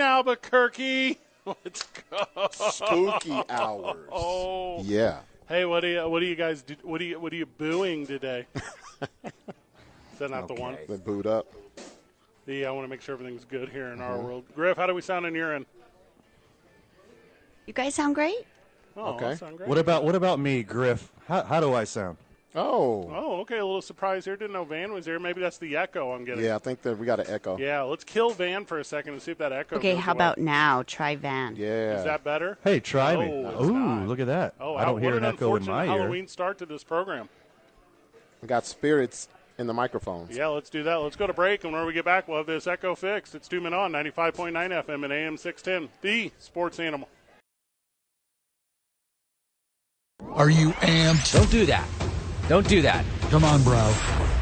Albuquerque. Let's go. Spooky hours. Oh. Yeah. Hey, what do you what do you guys do, what do you what are you booing today? Is that not the one? Then boot up. The I want to make sure everything's good here in Uh-huh. our world. Griff, how do we sound in your end? You guys sound great. Oh, Okay. I sound great. What about what about me, Griff? How, how do I sound? Oh. Oh, okay. A little surprise here. Didn't know Van was here. Maybe that's the echo I'm getting. Yeah, I think that we got an echo. Yeah, Let's kill Van for a second and see if that echo. Okay, goes how away. about now? Try Van. Yeah. Is that better? Hey, try me. No, it's Ooh, not. look at that! Oh, I Al, don't hear what an echo in unfortunate my Halloween ear. start to this program. We got spirits in the microphones. Yeah, let's do that. Let's go to break, and when we get back, we'll have this echo fixed. It's Two Men On, 95.9 FM and AM 610, the sports animal. Are you amped? Don't do that. Don't do that. Come on, bro.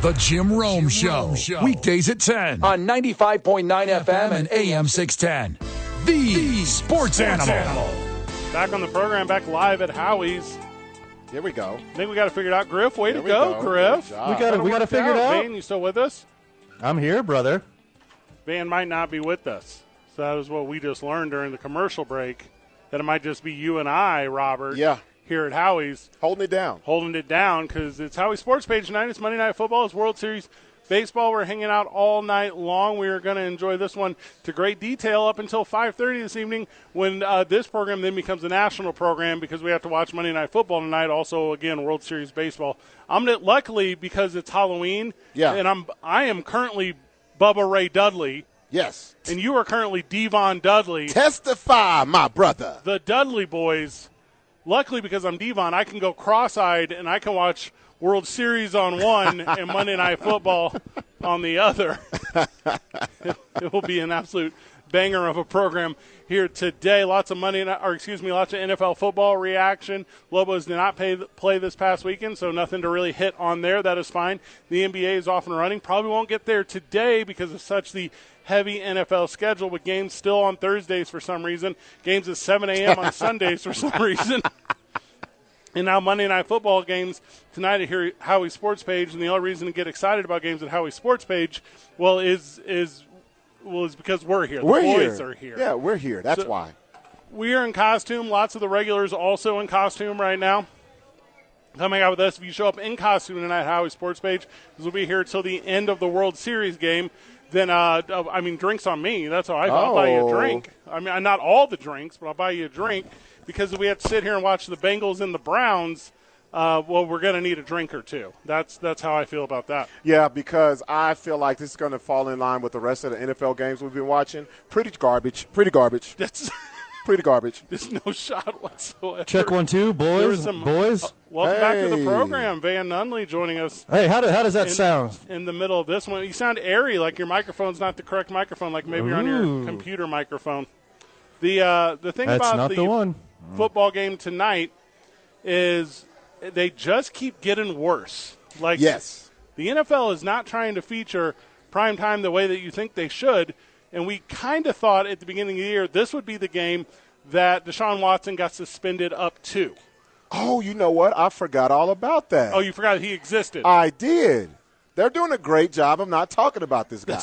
The Jim Rome, Show. Weekdays at 10 On 95.9 FM and AM 610. The, sports, animal. Back on the program, back live at Howie's. Here we go. I think we got to figure it out. Griff, way Here to we go, go. Griff. Good job. We got it. We got to Worked figure it out. Van, you still with us? I'm here, brother. Van might not be with us. So that is what we just learned during the commercial break, that it might just be you and I, Robert, Yeah. here at Howie's. Holding it down. holding it down because it's Howie Sports Page tonight. It's Monday Night Football. It's World Series baseball. We're hanging out all night long. We are going to enjoy this one to great detail up until 5:30 this evening, when uh, this program then becomes a national program because we have to watch Monday Night Football tonight. Also, again, World Series baseball. I'm gonna, luckily because it's Halloween. Yeah. and I'm I am currently Bubba Ray Dudley, Yes. and you are currently Devon Dudley Testify, my brother. the Dudley boys. Luckily, because I'm Devon, I can go cross-eyed and I can watch World Series on one and Monday Night Football on the other. it will be an absolute banger of a program here today. Lots of money, or excuse me, lots of NFL football reaction. Lobos did not pay, play this past weekend, so nothing to really hit on there. That is fine. The NBA is off and running. Probably won't get there today because of such the heavy NFL schedule, but games still on Thursdays for some reason. Games at 7 a.m. on Sundays for some reason. And now Monday Night Football games tonight at here Howie Sports Page, and the only reason to get excited about games at Howie Sports Page, well, is is well is because we're here. The We're boys here. are here. Yeah, we're here. That's So- why. we are in costume. Lots of the regulars also in costume right now. Coming out with us. If you show up in costume tonight, at Howie Sports Page, because we'll be here till the end of the World Series game. Then, uh, I mean, drinks on me. That's all. I, I'll buy you a Oh. drink. I mean, not all the drinks, but I'll buy you a drink because if we have to sit here and watch the Bengals and the Browns, uh, well, we're going to need a drink or two. That's that's how I feel about that. Yeah, because I feel like this is going to fall in line with the rest of the NFL games we've been watching. Pretty garbage. Pretty garbage. That's Pretty garbage. there's no shot whatsoever. Check one, two, There was boys, some- uh, boys. Welcome back to the Hey. program. Van Nunley joining us Hey, how, do, how does that in- sound? in the middle of this one. You sound airy, like your microphone's not the correct microphone. Like maybe you're on your Ooh. computer microphone. The uh, the thing That's about not the, one. football game tonight is they just keep getting worse. Like Yes. the NFL is not trying to feature prime time the way that you think they should. And we kind of thought at the beginning of the year this would be the game that Deshaun Watson got suspended up to. Oh, you know what? I forgot all about that. Oh, you forgot he existed. Uh, I did. They're doing a great job of not talking about this guy.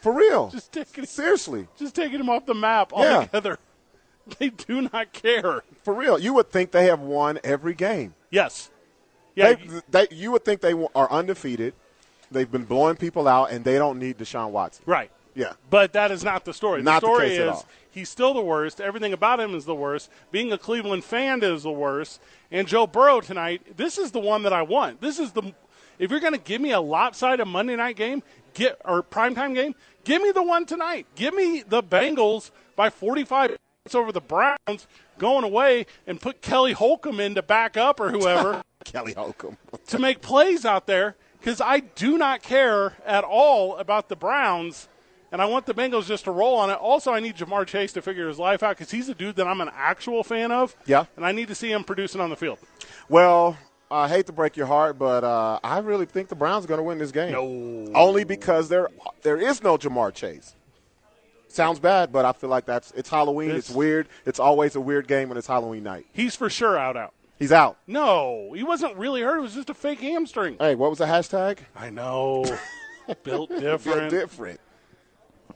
For real. Just take it- Seriously. just taking him off the map Yeah. altogether. They do not care. For real. You would think they have won every game. Yes. Yeah. They, they, you would think they wa- are undefeated. They've been blowing people out, and they don't need Deshaun Watson. right. Yeah. But that is not the story. Not the the story case is at all. he's still the worst. Everything about him is the worst. Being a Cleveland fan is the worst. And Joe Burrow tonight, this is the one that I want. This is the if you're going to give me a lopsided Monday night game, get or primetime game, give me the one tonight. Give me the Bengals by 45 points over the Browns going away and put Kelly Holcomb in to back up or whoever. Kelly Holcomb. to make plays out there because I do not care at all about the Browns. And I want the Bengals just to roll on it. Also, I need Jamar Chase to figure his life out because he's a dude that I'm an actual fan of. Yeah. And I need to see him producing on the field. Well, I hate to break your heart, but uh, I really think the Browns are going to win this game. No. Only because there there is no Jamar Chase. Sounds bad, but I feel like that's it's Halloween. It's, It's- weird. It's always a weird game when it's Halloween night. He's for sure out out. He's out. No, he wasn't really hurt. It was just a fake hamstring. Hey, what was the hashtag? I know. Built Feel different. different.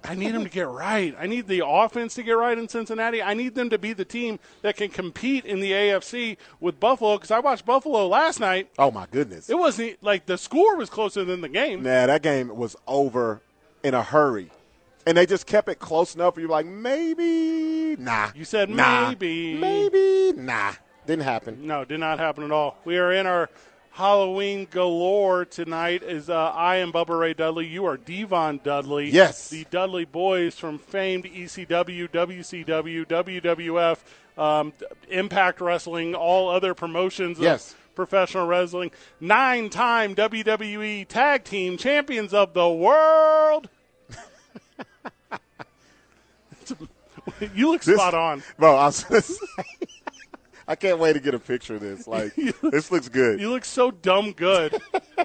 I need him to get right. I need the offense to get right in Cincinnati. I need them to be the team that can compete in the AFC with Buffalo because I watched Buffalo last night. Oh my goodness. It wasn't e, like the score was closer than the game. Nah, that game was over in a hurry. And they just kept it close enough. You're like, maybe, nah. You said nah, maybe. Maybe, nah. Didn't happen. No, did not happen at all. We are in our Halloween galore tonight. Is uh, I am Bubba Ray Dudley. You are Devon Dudley. Yes. the Dudley boys from famed E ECW, WCW, WWF, um, d- Impact Wrestling, all other promotions. Yes. Of professional wrestling, nine-time WWE Tag Team Champions of the World. you look This- spot on. Bro, I was just, I can't wait to get a picture of this. Like, this looks good. You look so dumb good.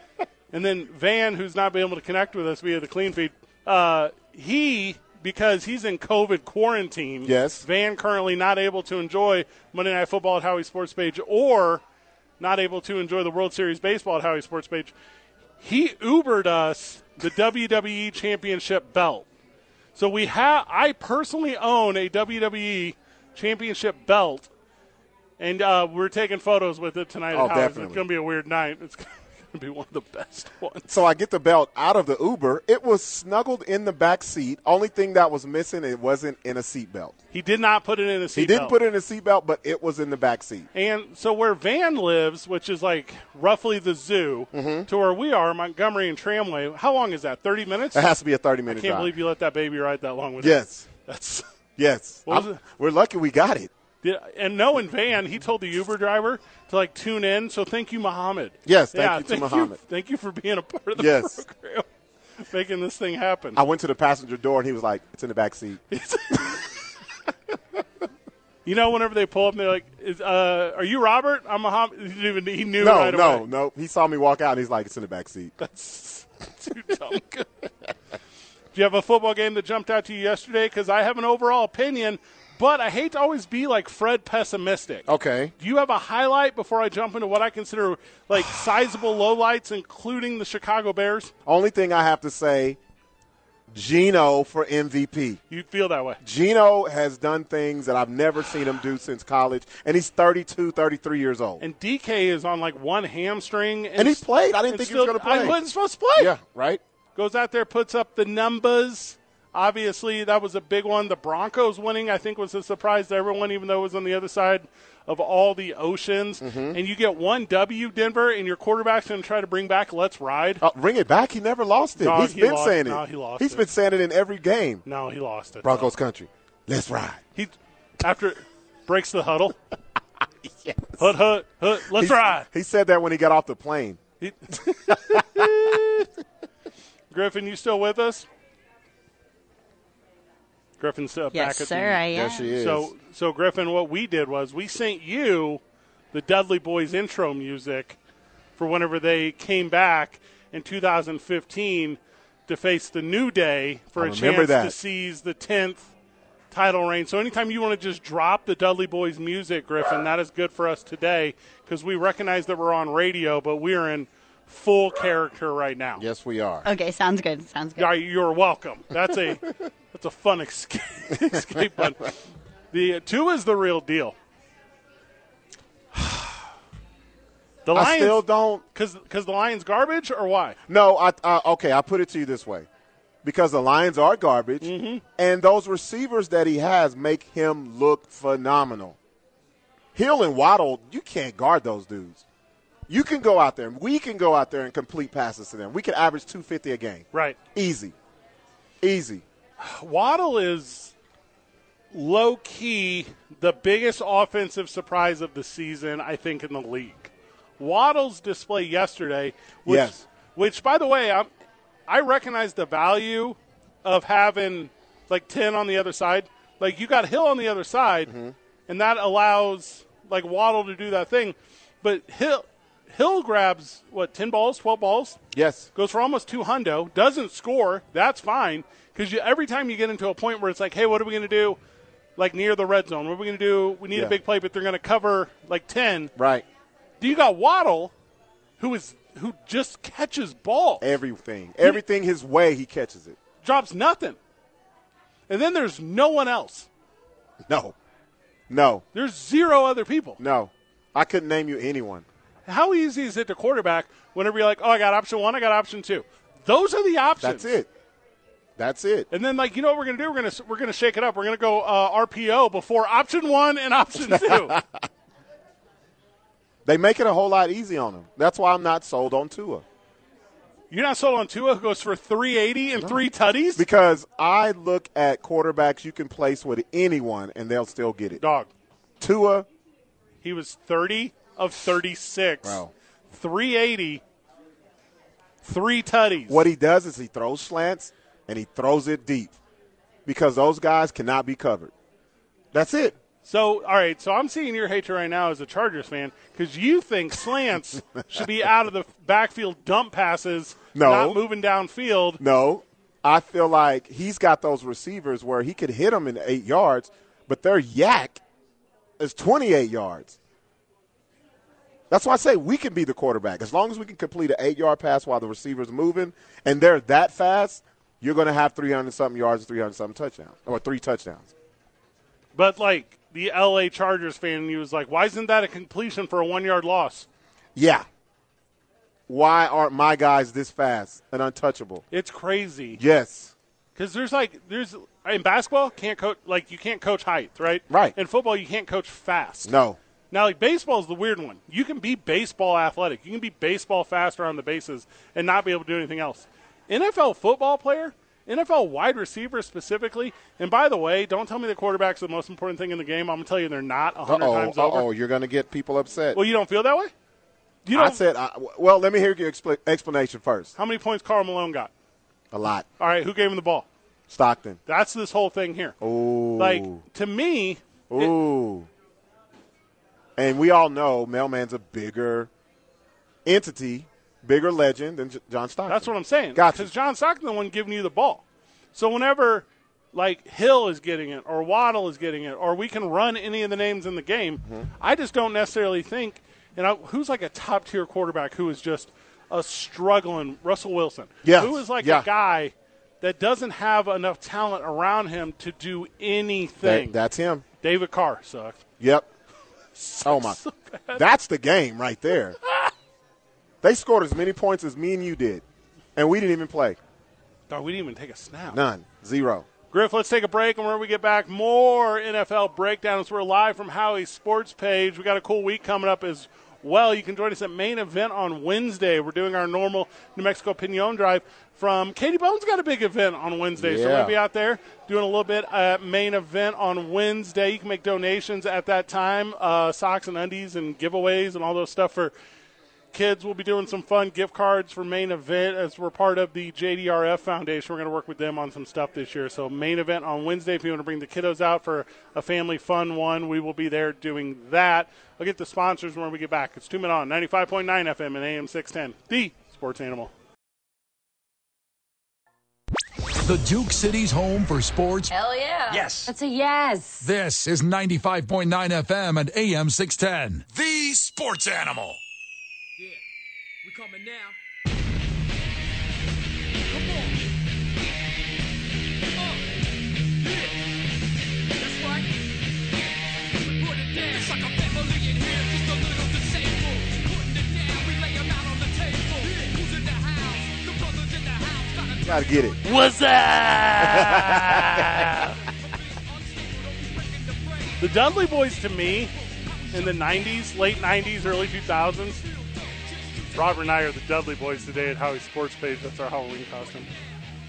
and then Van, who's not been able to connect with us via the clean feed, uh, he because he's in COVID quarantine. Yes. Van currently not able to enjoy Monday Night Football at Howie's Sports Page or not able to enjoy the World Series baseball at Howie's Sports Page. He Ubered us the WWE Championship belt. So we have. I personally own a WWE Championship belt, and uh, we're taking photos with it tonight. Oh, at Howard's. definitely. It's going to be a weird night. It's going to be one of the best ones. so I get the belt out of the Uber. It was snuggled in the back seat. Only thing that was missing, it wasn't in a seatbelt. He did not put it in a seatbelt. He didn't put it in a seatbelt, but it was in the back seat. And so where Van lives, which is like roughly the zoo, to where we are, Montgomery and Tramway. How long is that? Thirty minutes. It I has to be a 30 minute can't drive. believe you let that baby ride that long. With it. Yes. That's. Yes. What was I'm- it? We're lucky we got it. Yeah, and knowing Van, he told the Uber driver to like tune in. So thank you, Muhammad. Yes, thank you to thank Muhammad. thank you for being a part of the Yes. program, making this thing happen. I went to the passenger door and he was like, "It's in the back seat." you know, whenever they pull up, they're like, is, uh, "Are you Robert?" I'm Muhammad. He, didn't even, he knew No, right no, away. no. He saw me walk out and he's like, "It's in the back seat." That's too dumb. Do you have a football game that jumped out to you yesterday? Because I have an overall opinion, but I hate to always be like Fred pessimistic. Okay. Do you have a highlight before I jump into what I consider like sizable lowlights, including the Chicago Bears? Only thing I have to say, Gino for MVP. You feel that way. Gino has done things that I've never seen him do since college, and he's 32, 33 years old. And DK is on like one hamstring, and, And he played. I didn't and think he was still- gonna play. I wasn't supposed to play. yeah, right. goes out there, puts up the numbers. Obviously, that was a big one. The Broncos winning, I think, was a surprise to everyone, even though it was on the other side of all the oceans. Mm-hmm. And you get one W, Denver, and your quarterback's going to try to bring back Let's Ride. Uh, ring it back. He never lost it. No, he's he been lost- saying it. no, he lost He's it. been saying it in every game. No, he lost it. Broncos country. Let's ride. He after breaks the huddle. Hut hut hut. Let's He- ride. He said that when he got off the plane. He- Griffin, you still with us? Griffin's still Yes, back at sir, the, I There am. she is. So, so Griffin, what we did was we sent you the Dudley Boys intro music for whenever they came back in 2015 to face the New Day for I a remember chance to that. seize the 10th title reign. So, anytime you want to just drop the Dudley Boys music, Griffin, that is good for us today because we recognize that we're on radio, but we're in full character right now. yes, we are. Okay, sounds good. Sounds good. Yeah, you're welcome. That's a that's a fun escape, escape button. The uh, two is the real deal. The I still Lions, don't. because because the Lions garbage or why? No, I, I okay. I put it to you this way, because the Lions are garbage, Mm-hmm. and those receivers that he has make him look phenomenal. Hill and Waddle, you can't guard those dudes. You can go out there, and we can go out there and complete passes to them. We can average two fifty a game, Right. Easy, easy. Waddle is low key the biggest offensive surprise of the season, I think, in the league. Waddle's display yesterday, which, Yes. which by the way, i I recognize the value of having like 10 on the other side. Like you got Hill on the other side, and that allows like Waddle to do that thing. But Hill Hill grabs what 10 balls, 12 balls, Yes. goes for almost two hundo, doesn't score. That's fine because every time you get into a point where it's like, hey, what are we going to do? Like near the red zone, what are we going to do? We need Yeah. a big play, but they're going to cover like 10. Right. Do you got Waddle, who is who just catches balls? Everything. Everything his way, he catches it. drops nothing. And then there's no one else. No. No. There's zero other people. No. I couldn't name you anyone. How easy is it to quarterback whenever you're like, oh, I got option one, I got option two? Those are the options. That's it. That's it. And then, like, you know what we're gonna do? We're gonna we're gonna shake it up. We're gonna go uh, RPO before option one and option two. They make it a whole lot easy on him. That's why I'm not sold on Tua. You're not sold on Tua, who goes for 380 and three tutties. Because I look at quarterbacks you can place with anyone and they'll still get it. Dog, Tua, he was 30 of 36, Wow. 380, three tutties. what he does is he throws slants and he throws it deep because those guys cannot be covered. That's it. So, all right. So I'm seeing your hatred right now as a Chargers fan because you think slants should be out of the backfield dump passes, No. not moving downfield. No, I feel like he's got those receivers where he could hit them in eight yards, but their yak is 28 yards. That's why I say we can be the quarterback. As long as we can complete an eight yard pass while the receiver's moving and they're that fast, you're going to have 300 something yards, 300 something touchdowns, or three touchdowns. But like the L.A. Chargers fan, he was like, "Why isn't that a completion for a one yard loss? Yeah. Why aren't my guys this fast and untouchable? It's crazy Yes. because there's like there's in basketball can't coach like you can't coach height, right? Right. In football, you can't coach fast. No. Now, like baseball is the weird one. You can be baseball athletic. You can be baseball faster on the bases and not be able to do anything else. NFL football player, NFL wide receiver specifically. And by the way, don't tell me the quarterbacks are the most important thing in the game. I'm gonna tell you they're not a Uh 100 oh. Uh times oh. over. You're going to get people upset. Well, you don't feel that way. You I don't. said, I, well, let me hear your expla- explanation first. how many points Carl Malone got? A lot. All right, who gave him the ball? Stockton. That's this whole thing here. Ooh. Like to me, it- Ooh. and we all know Mailman's a bigger entity, bigger legend than J- John Stockton. That's what I'm saying. Gotcha. Because John Stockton the one giving you the ball. So whenever like Hill is getting it or Waddle is getting it or we can run any of the names in the game, Mm-hmm. I just don't necessarily think. And I, who's like a top tier quarterback who is just a struggling Russell Wilson? Yes. Who is like Yeah. a guy that doesn't have enough talent around him to do That- anything? that's him. David Carr sucked. Yep. oh my. that's the game right there. they scored as many points as me and you did, and we didn't even play. Dog, we didn't even take a snap. None. Zero. Griff, let's take a break, and when we get back, more NFL breakdowns. We're live from Howie's Sports page. We got a cool week coming up as well. You can join us at main event on Wednesday. We're doing our normal New Mexico Pinon Drive from Katie Bones. Got a big event on Wednesday, so we're Yeah. gonna be out there doing a little bit at main event on Wednesday. You can make donations at that time, uh, socks and undies and giveaways and all those stuff for kids. We'll be doing some fun gift cards for main event as we're part of the JDRF Foundation. We're going to work with them on some stuff this year. So main event on Wednesday. If you want to bring the kiddos out for a family fun one, we will be there doing that. I'll get the sponsors when we get back. It's two men on 95.9 FM and AM 610. The Sports Animal. The Duke City's home for sports. Hell yeah. Yes. That's a yes. This is 95.9 FM and AM 610. The Sports Animal. Yeah, we coming now. Come on. Uh, yeah. That's right. We put it down. It's like a family in here, just a little disabled. Putting it down, we lay 'em out on the table. Who's in the house? The brothers in the house. Gotta take Gotta get it. What's up? the Dudley Boys to me in the 90s, late 90s, early 2000s. Robert and I are the Dudley Boys today at Howie Sports Page. That's our Halloween costume.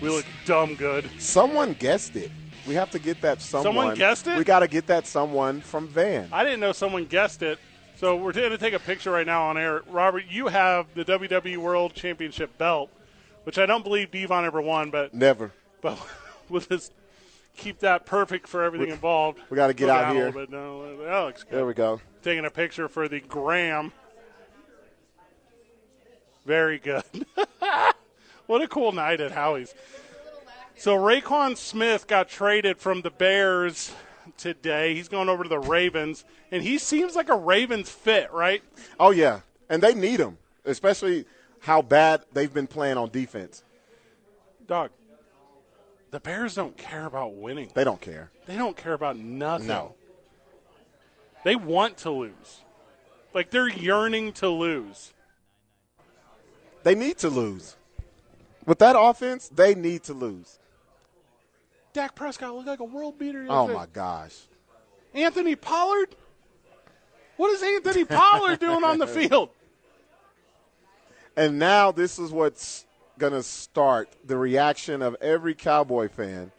We look dumb good. Someone guessed it. We have to get that someone. guessed it? We got to get that someone from Van. I didn't know someone guessed it. So we're going to take a picture right now on air. Robert, you E have the WWE World Championship belt, which I don't believe Devon ever won, but Never. but we'll just keep that perfect for everything involved. we gotta get Look out down here. A little bit. No, that looks good. There we go. Taking a picture for the gram. Very good. what a cool night at Howie's. So Raquan Smith got traded from the Bears today. He's going over to the Ravens, and he seems like a Ravens fit, right? Oh yeah, and they need him, especially how bad they've been playing on defense. Doc, the Bears don't care about winning. They don't care. They don't care about nothing. No. They want to lose. Like they're yearning to lose. They need to lose. With that offense, they need to lose. Dak Prescott looked like a world beater. Oh today. my gosh. Anthony Pollard? What is Anthony Pollard doing on the field? And now this is what's going to start the reaction of every Cowboy fan.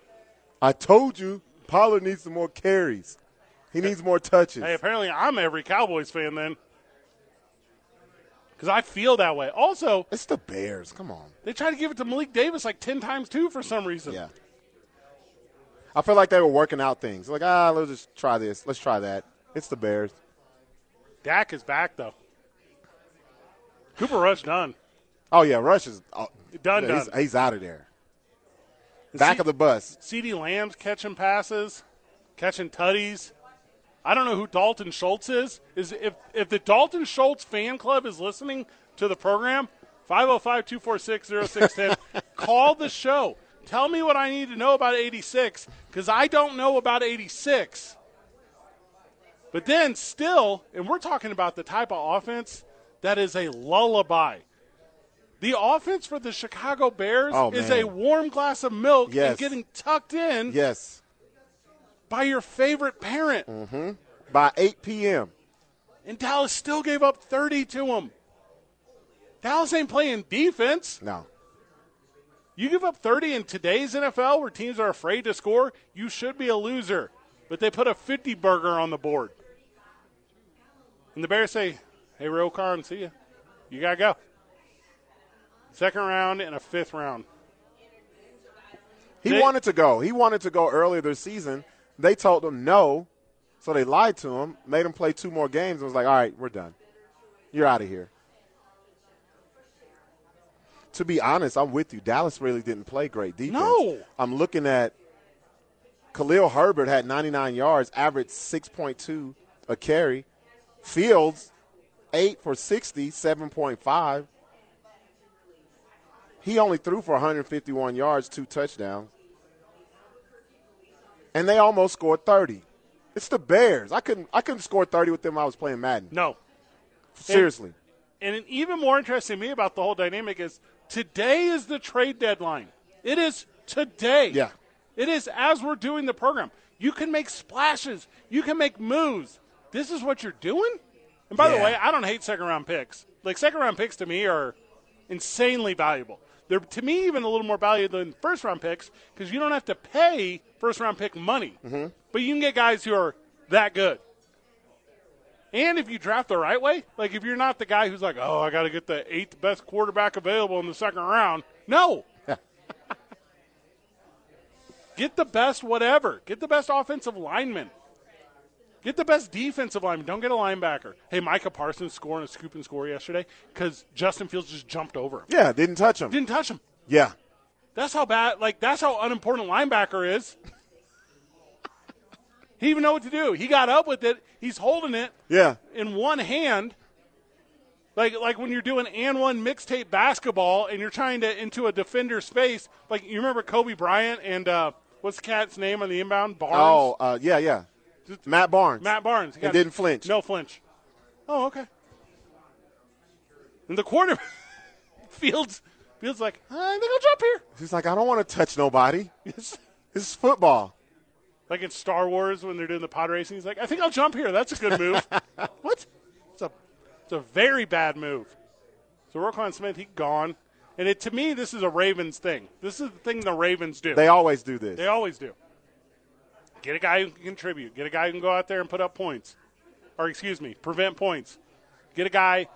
I told you Pollard needs some more carries. He needs more touches. Hey, apparently I'm every Cowboys fan then. Because I feel that way. Also, It's the Bears. Come on. they tried to give it to Malik Davis like 10 times too for some reason. Yeah. I feel like they were working out things. Like, ah, let's just try this. Let's try that. It's the Bears. Dak is back, though. Cooper Rush done. Oh, yeah. Rush is oh, Done, he's, done. he's out of there. Back of the bus. CeeDee Lamb's catching passes, catching tutties. I don't know who Dalton Schultz is. Is if if the Dalton Schultz fan club is listening to the program, 505-246-0610, call the show. Tell me what I need to know about 86 cuz I don't know about 86. But then still, and we're talking about the type of offense that is a lullaby. The offense for the Chicago Bears Oh, is man. a warm glass of milk Yes. and getting tucked in Yes. by your favorite parent. By 8 p.m. And Dallas still gave up 30 to him. Dallas ain't playing defense. No. You give up 30 in today's NFL where teams are afraid to score, you should be a loser. But they put a 50 burger on the board. And the Bears say, hey, real Khan, see ya. You got to go. Second round and a fifth round. He They- wanted to go. He wanted to go earlier this season. They told him no, so they lied to him, made him play two more games, and was like, all right, we're done. You're out of here. To be honest, I'm with you. Dallas really didn't play great defense. No. I'm looking at Khalil Herbert had 99 yards, averaged 6.2 a carry. Fields, 8 for 60, 7.5. He only threw for 151 yards, two touchdowns. And they almost scored 30. It's the Bears. I couldn't I couldn't score 30 with them when I was playing Madden. No, Seriously. and even more interesting to me about the whole dynamic is today is the trade deadline. It is today. Yeah. It is as we're doing the program. You can make splashes. You can make moves. This is what you're doing. And by the Yeah. way, I don't hate second round picks. Like second round picks to me are insanely valuable. They're to me even a little more valuable than first round picks because you don't have to pay first round pick money. But you can get guys who are that good. And if you draft the right way, like if you're not the guy who's like, oh, I got to get the eighth best quarterback available in the second round. No. get the best whatever. Get the best offensive lineman. Get the best defensive lineman. Don't get a linebacker. Hey, Micah Parsons scoring a scoop and score yesterday because Justin Fields just jumped over him. Yeah, didn't touch him. Didn't touch him. Yeah. That's how bad. Like that's how unimportant linebacker is. he didn't even know what to do. He got up with it. He's holding it Yeah. in one hand. Like like when you're doing and one mixtape basketball and you're trying to into a defender's face. Like you remember Kobe Bryant and uh, what's the cat's name on the inbound? Barnes. Oh, uh, yeah, yeah. Matt Barnes. Matt Barnes. He And didn't flinch. No flinch. Oh, okay. And the quarter Fields Fields like, I think I'll jump here. He's like, I don't want to touch nobody. This is football. Like in Star Wars when they're doing the pod racing, he's like, I think I'll jump here. That's a good move. what? It's a, it's a very bad move. So Roquan Smith, he gone. And it, to me, this is a Ravens thing. This is the thing the Ravens do. They always do this. They always do. Get a guy who can contribute. Get a guy who can go out there and put up points. Or, excuse me, prevent points. Get a guy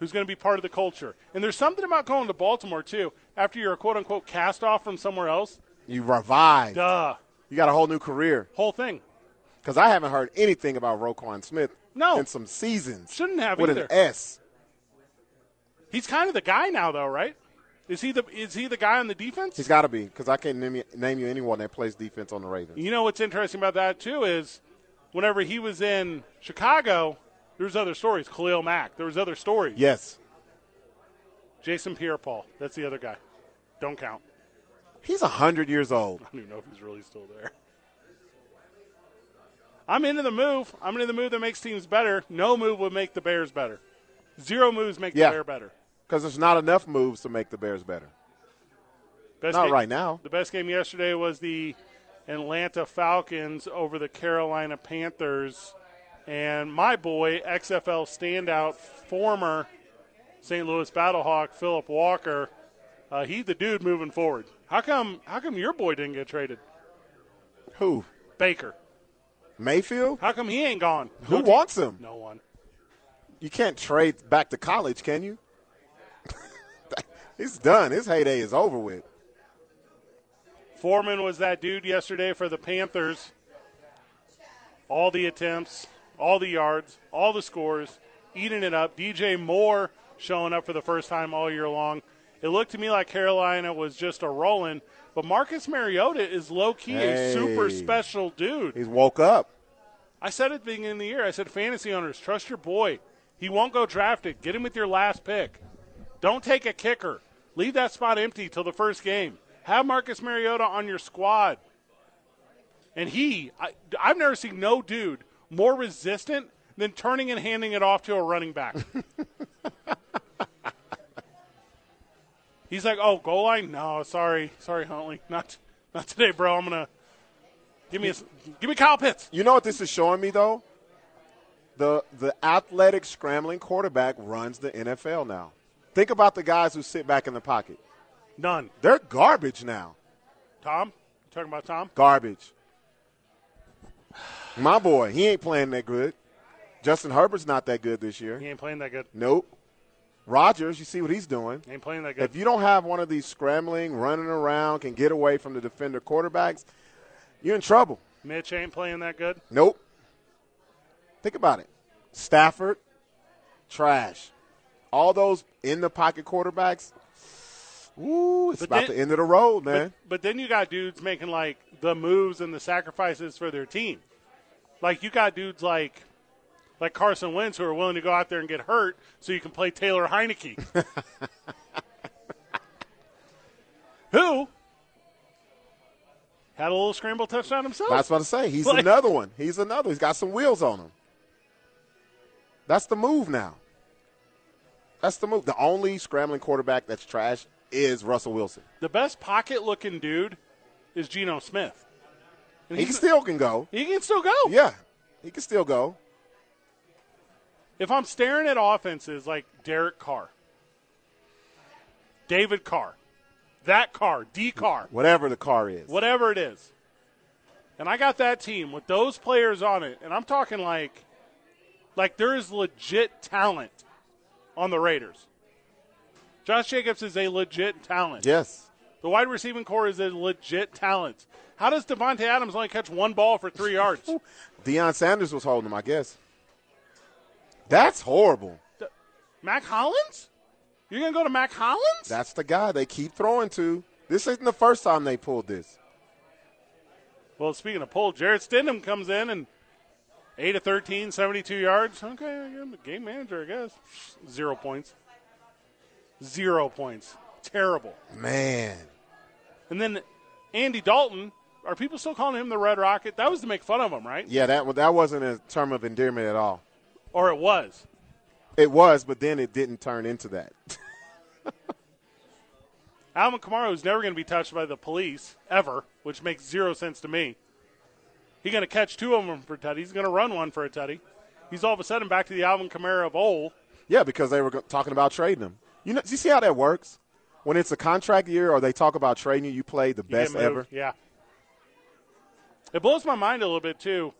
who's going to be part of the culture. And there's something about going to Baltimore, too, after you're a quote unquote cast off from somewhere else. You revived. Duh. You got a whole new career. Whole thing. Because I haven't heard anything about Roquan Smith No. in some seasons. Shouldn't have with either. an S. He's kind of the guy now, though, right? Is he the is he the guy on the defense? He's got to be because I can't name you, name you anyone that plays defense on the Ravens. You know what's interesting about that too is whenever he was in Chicago, there was other stories. Khalil Mack, there was other stories. Yes, Jason Pierre-Paul, that's the other guy. Don't count. he's hundred years old. I don't even know if he's really still there. I'm into the move. I'm into the move that makes teams better. No move would make the Bears better. Zero moves make Yeah. the Bear better. Because there's not enough moves to make the Bears better. Best Not right now. The best game yesterday was the Atlanta Falcons over the Carolina Panthers. And my boy, XFL standout, former St. Louis Battlehawk, Philip Walker, uh, he's the dude moving forward. How come? How come your boy didn't get traded, Who? Baker? Mayfield? How come he ain't gone? Who No team- wants him? No one. You can't trade back to college, can you? he's done. His heyday is over with. Foreman was that dude yesterday for the Panthers. All the attempts, all the yards, all the scores, eating it up. DJ Moore showing up for the first time all year long. It looked to me like Carolina was just a rolling, but Marcus Mariota is low key Hey. a super special dude. He's woke up. I said at the beginning of the year, I said, fantasy owners, trust your boy. He won't go drafted. Get him with your last pick. Don't take a kicker. Leave that spot empty till the first game. Have Marcus Mariota on your squad. And he, I, I've never seen no dude more resistant than turning and handing it off to a running back. He's like, oh, goal line? No, sorry, sorry, Huntley, not not today, bro. I'm gonna give me a, s- give me Kyle Pitts. You know what this is showing me though? The the athletic scrambling quarterback runs the NFL now. Think about the guys who sit back in the pocket. None. They're garbage now. Tom? You talking about Tom? Garbage. My boy, he ain't playing that good. Justin Herbert's not that good this year. He ain't playing that good. Nope. Rogers, you see what he's doing. He ain't playing that good. If you don't have one of these scrambling, running around, can get away from the defender quarterbacks, you're in trouble. Mitch ain't playing that good. Nope. Think about it. Stafford, trash. All those in the pocket quarterbacks. Ooh, it's But about then- the end of the road, But, man. but then you got dudes making like the moves and the sacrifices for their team. Like you got dudes like like Carson Wentz who are willing to go out there and get hurt so you can play Taylor Heineke. who had a little scramble touchdown himself. That's what I was about to say. He's Like- another one. He's another. He's got some wheels on him. That's the move now. That's the move. The only scrambling quarterback that's trash is Russell Wilson. the best pocket looking dude is Geno Smith. And He he's- still can go. he can still go. Yeah, he can still go. if I'm staring at offenses like Derek Carr, David Carr, that Carr, D Carr, Whatever the car is. whatever it is, and I got that team with those players on it, and I'm talking like, like there is legit talent on the Raiders. Josh Jacobs is a legit talent. Yes. The wide receiving core is a legit talent. How does Devontae Adams only catch one ball for three yards? Deion Sanders was holding him, I guess. That's horrible. Mac Hollins? You're going to go to Mac Hollins? That's the guy they keep throwing to. This isn't the first time they pulled this. Well, speaking of pull, Jarrett Stidham comes in and 8 of 13, 72 yards. Okay, I'm the game manager, I guess. Zero points. Zero points. Terrible. Man. And then Andy Dalton, are people still calling him the Red Rocket? That was to make fun of him, right? Yeah, that that wasn't a term of endearment at all. Or it was. It was, but then it didn't turn into that. Alvin Kamara is never going to be touched by the police, ever, which makes zero sense to me. He's going to catch two of them for a tutty. He's going to run one for a tutty. He's all of a sudden back to the Alvin Kamara of old. Yeah, because they were go- talking about trading him. You know, you see how that works? When it's a contract year or they talk about trading you, you play the You get best moved. ever. Yeah. It blows my mind a little bit too,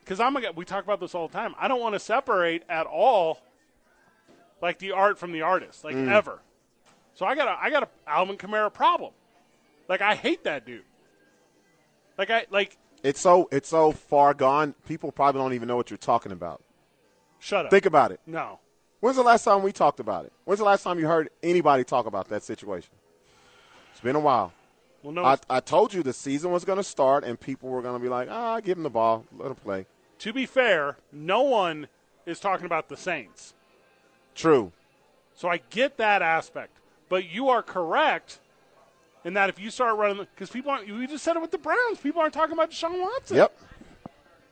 because I'm a guy. We talk about this all the time. I don't want to separate at all, Mm. like the art from the artist, like ever. So I got a I got a Alvin Kamara problem. Like I hate that dude. Like I like It's so it's so far gone. People probably don't even know what you're talking about. shut up. Think about it. no. When's the last time we talked about it? When's the last time you heard anybody talk about that situation? It's been a while. Well, no. I, I told you the season was going to start and people were going to be like, ah, give him the ball, let him play. to be fair, no one is talking about the Saints. True. So I get that aspect, but you are correct in that if you start running, because people aren't. We just said it with the Browns. People aren't talking about Deshaun Watson. Yep.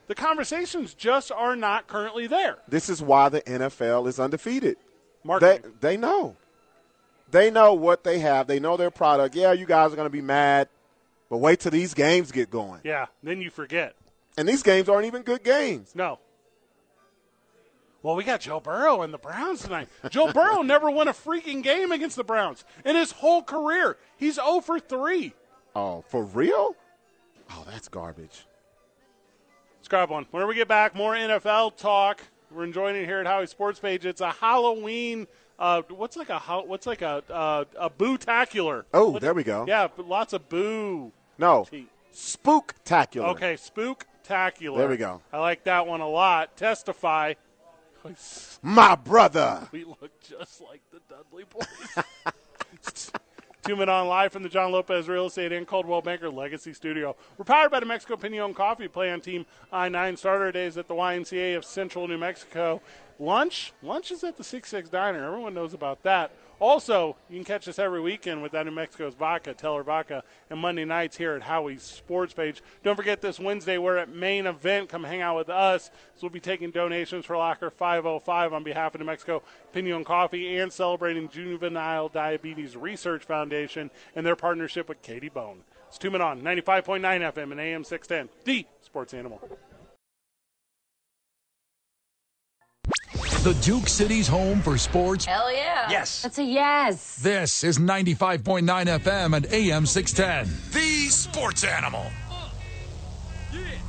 The conversations just are not currently there. This is why the NFL is undefeated. They, Marketing. they know. They know what they have. They know their product. Yeah, you guys are going to be mad, but wait till these games get going. yeah. Then you forget. And these games aren't even good games. No. Well, we got Joe Burrow and the Browns tonight. Joe Burrow never won a freaking game against the Browns in his whole career. He's 0 for 3. Oh, for real? Oh, that's garbage. Let's grab one. Whenever we get back, more NFL talk. We're enjoying it here at Howie Sports Page. It's a Halloween. Uh, what's like a ho- what's like a uh, a boo-tacular? Oh, What- there we go. Yeah, but lots of boo. No. Tea. Spooktacular. Okay, spooktacular. There we go. I like that one a lot. Testify. My brother. We look just like the Dudley Boys. Two men on live from the John Lopez Real Estate and Coldwell Banker Legacy Studio. We're powered by the Mexico Pinion Coffee Play on Team I 9 starter days at the YMCA of Central New Mexico. Lunch? Lunch is at the 66 Diner. Everyone knows about that. Also, you can catch us every weekend with that New Mexico's Vodka, Teller Vodka, and Monday nights here at Howie's Sports Page. Don't forget this Wednesday, we're at Main Event. Come hang out with us. So we'll be taking donations for Locker 505 on behalf of New Mexico Pinion Coffee and celebrating Juvenile Diabetes Research Foundation and their partnership with Katie Bone. It's Two Men On, 95.9 FM and AM 610, the sports animal. The Duke City's home for sports. Hell yeah. Yes. That's a yes. This is 95.9 FM and AM 610. The sports animal.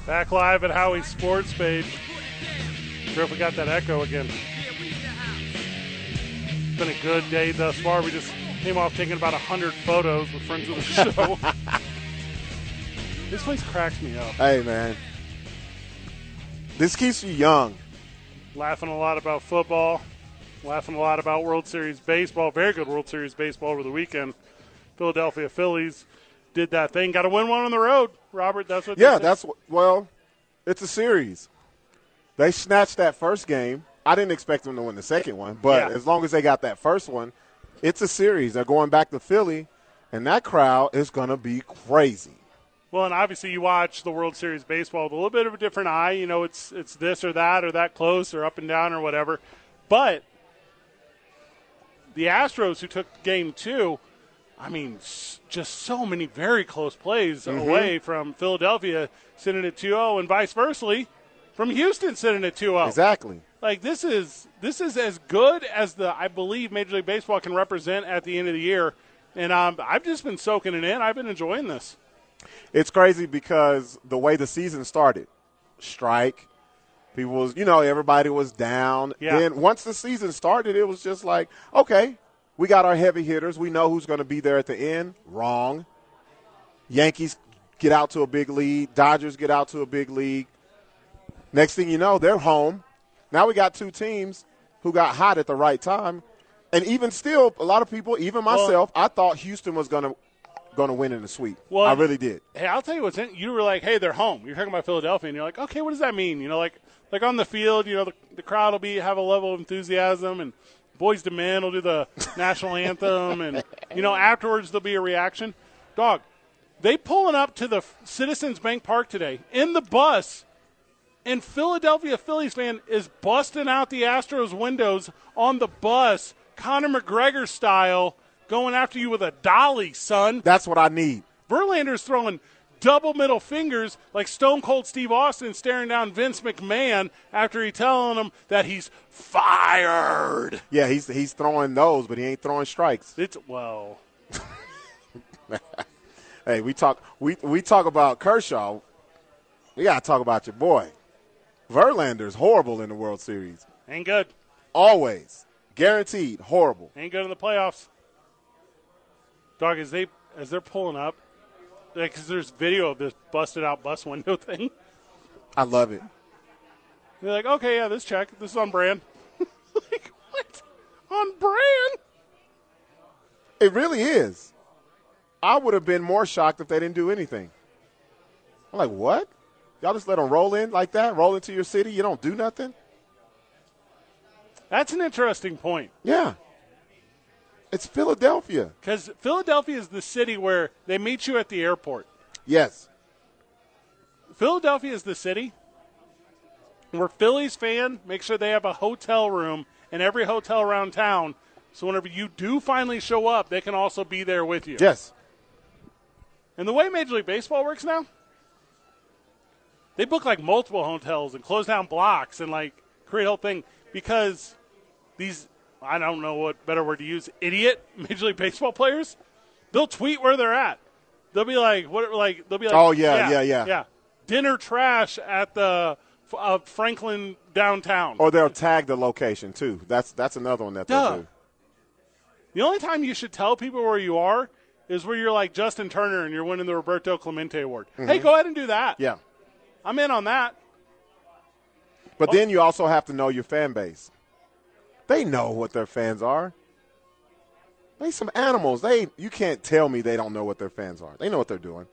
Back live at Howie's Sports Page. Griff, we got that echo again. It's been a good day thus far. We just came off taking about 100 photos with friends of the show. this place cracks me up. Hey, man. This keeps you young. Laughing a lot about football, laughing a lot about World Series baseball. Very good World Series baseball over the weekend. Philadelphia Phillies did that thing. Got to win one on the road, Robert. That's what. this Yeah, is. that's wh- well, it's a series. They snatched that first game. I didn't expect them to win the second one, but Yeah. as long as they got that first one, it's a series. They're going back to Philly, and that crowd is going to be crazy. Well, and obviously you watch the World Series baseball with a little bit of a different eye. You know, it's it's this or that or that close or up and down or whatever. But the Astros, who took game two, I mean, s- just so many very close plays away from Philadelphia sitting at 2-0 and vice versa from Houston sitting at Oh. 2-0. Exactly. oh. Like this is this is as good as the I believe Major League Baseball can represent at the end of the year. And um, I've just been soaking it in. I've been enjoying this. It's crazy because the way the season started, strike, people was, you know, everybody was down. Yeah. Then once the season started, it was just like, okay, we got our heavy hitters. We know who's going to be there at the end. Wrong. Yankees get out to a big lead. Dodgers get out to a big lead. Next thing you know, they're home. Now we got two teams who got hot at the right time. And even still, a lot of people, even myself, I thought Houston was going to going to win in the sweep. Well, I really did. Hey, I'll tell you what's in. You were like, hey, they're home. You're talking about Philadelphia, and you're like, okay, what does that mean? You know, like like on the field, you know, the, the crowd will be have a level of enthusiasm, and boys to men will do the national anthem, and you know, afterwards there'll be a reaction. Dog, they pulling up to the Citizens Bank Park today in the bus. And Philadelphia Phillies fan is busting out the Astros windows on the bus, Conor McGregor style, going after you with a dolly, son. That's what I need. Verlander's throwing double middle fingers like Stone Cold Steve Austin staring down Vince McMahon after he telling him that he's fired. Yeah, he's he's throwing those, but he ain't throwing strikes. It's well, Hey, we talk we we talk about Kershaw. We gotta talk about your boy. Verlander's horrible in the World Series. ain't good. Always. Guaranteed horrible. Ain't good in the playoffs. Dog, as they as they're pulling up, because there's video of this busted out bus window thing. I love it. They're like, okay, yeah, this check. This is on brand. like, what? On brand? It really is. I would have been more shocked if they didn't do anything. I'm like, what? Y'all just let them roll in like that, roll into your city. You don't do nothing. That's an interesting point Yeah, it's Philadelphia. because Philadelphia is the city where they meet you at the airport. Yes, Philadelphia is the city where Phillies fan make sure they have a hotel room in every hotel around town. So whenever you do finally show up, they can also be there with you. yes. And the way Major League Baseball works now, they book like multiple hotels and close down blocks and like create a whole thing because these I don't know what better word to use idiot Major League Baseball players they'll tweet where they're at. They'll be like what like they'll be like Oh, yeah, yeah, yeah. yeah dinner trash at the uh, Franklin downtown. Or they'll tag the location too. That's that's another one that Duh. they do. The only time you should tell people where you are is where you're like Justin Turner and you're winning the Roberto Clemente Award. Hey, go ahead and do that. Mm-hmm. Yeah, I'm in on that. but then you also have to know your fan base. They know what their fans are. They some animals. They you can't tell me they don't know what their fans are. They know what they're doing.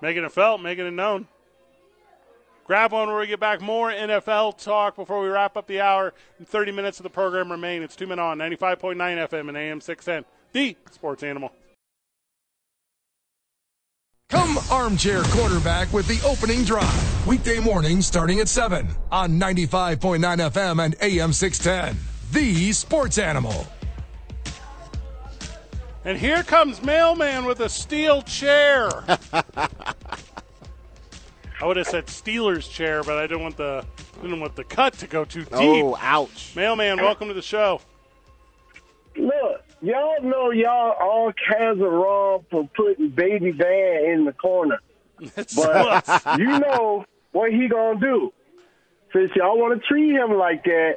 Making it felt, making it known. Grab one where we get back more NFL talk before we wrap up the hour. And 30 minutes of the program remain. It's two men on 95.9 FM and AM 610. The sports animal. Come armchair quarterback with the opening drive. Weekday morning starting at 7 on 95.9 FM and AM 610. The Sports Animal. And here comes Mailman with a steel chair. I would have said Steelers chair, but I didn't want the didn't want the cut to go too deep. Oh, ouch. Mailman, welcome to the show. Look, y'all know y'all all kinds of wrong for putting baby Van in the corner. It's But- close. You know what he gonna do. Since y'all wanna treat him like that,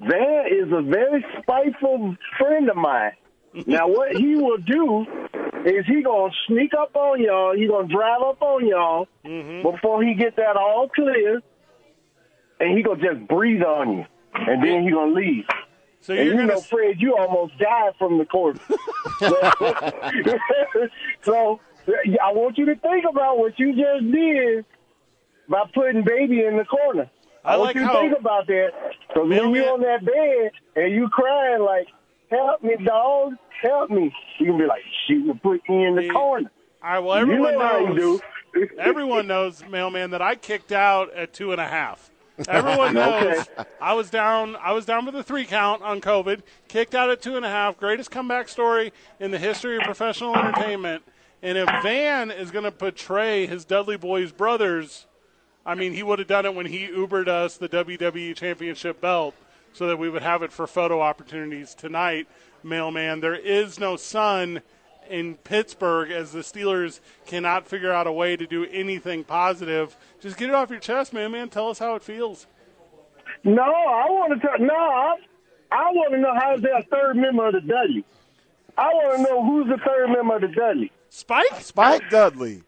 Van is a very spiteful friend of mine. Now what he will do is he gonna sneak up on y'all, he gonna drive up on y'all before he get that all clear and he gonna just breathe on you. And then he gonna leave. so And you're you gonna know, s- Fred, you almost died from the court. so yeah, I want you to think about what you just did by putting baby in the corner. I want like you to how- think about that. Because when Mailman- you're on that bed and you crying like, "Help me, dog, help me," you can be like, "She will put me in the Yeah. corner." all right, well everyone you know how you knows do. everyone knows, mailman, that I kicked out at two and a half. Everyone knows I was down. I was down with a three count on COVID. Kicked out at two and a half. Greatest comeback story in the history of professional entertainment. And if Van is going to portray his Dudley Boys brothers, I mean, he would have done it when he Ubered us the WWE Championship belt so that we would have it for photo opportunities tonight. Mailman, there is no sun in Pittsburgh as the Steelers cannot figure out a way to do anything positive. Just get it off your chest, mailman. Tell us how it feels. No, I want to talk. No, I, I want to know how's that third member of the Dudley. I want to know who's the third member of the Dudley. Spike? Spike Dudley,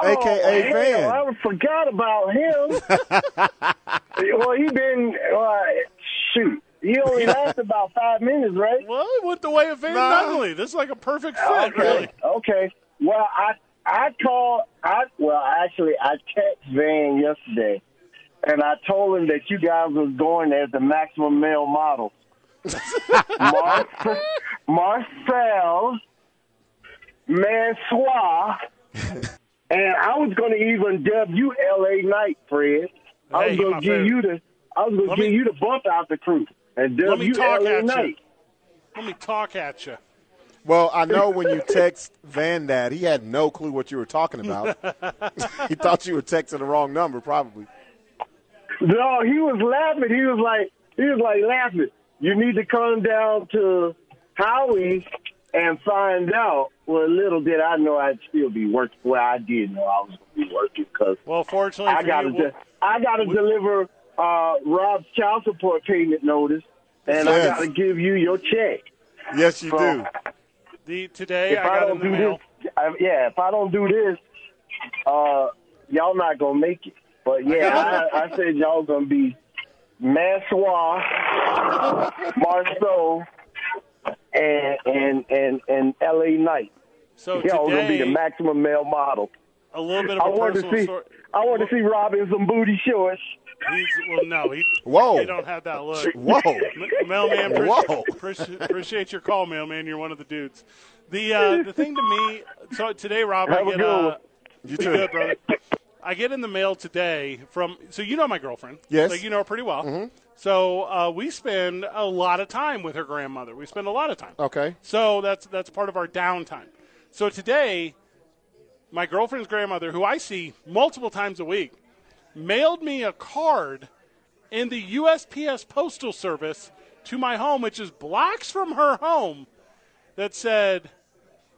AKA Oh, hell, Van. I forgot about him. well, he been uh, shoot. He only lasted about five minutes, right? Well, it went the way of Van Nah. Dudley. This is like a perfect fit, Okay. really. Okay. Well, I I called. I well, actually, I text Van yesterday, and I told him that you guys was going as the maximum male model. Mar- Marcel Mansois, and I was going to even dub you L.A. Knight, Fred. I Hey, was he going my to give favorite. you the I was going Let to give me- you the bump out the crew and Let dub me you talk L.A. at you. Knight. Let me talk at you. Well, I know when you text Van that, he had no clue what you were talking about. he thought you were texting the wrong number, probably. No, he was laughing. He was like, he was like laughing. You need to come down to Howie and find out. Well, little did I know I'd still be working. Well, I did know I was going to be working because Well, fortunately I for got to, you, we'll- de- I got to deliver uh, Rob's child support payment notice, and I Yes. got to give you your check. Yes, you do. the, today If I I got don't in the do mail. this- I, yeah, if I don't do this, uh, y'all not gonna make it. But yeah, I, I said y'all gonna be Massois, Marceau, and and and and L.A. Knight. So y'all gonna be the today- maximum male model. A little bit of I a wanted personal to see. story. I want to see Rob in some booty shorts. He's, well, no, he, Whoa. he don't have that look. Whoa. M- mailman, appreciate, Whoa. appreciate, appreciate your call, mailman. You're one of the dudes. The uh, the thing to me, so today, Rob, I Have a get good uh, one. you too. good, brother. I get in the mail today from so you know my girlfriend. Yes. Mm-hmm. so you know her pretty well. So uh, we spend a lot of time with her grandmother. We spend a lot of time. Okay. So that's that's part of our downtime. So today, my girlfriend's grandmother, who I see multiple times a week, mailed me a card in the USPS Postal Service to my home, which is blocks from her home, that said,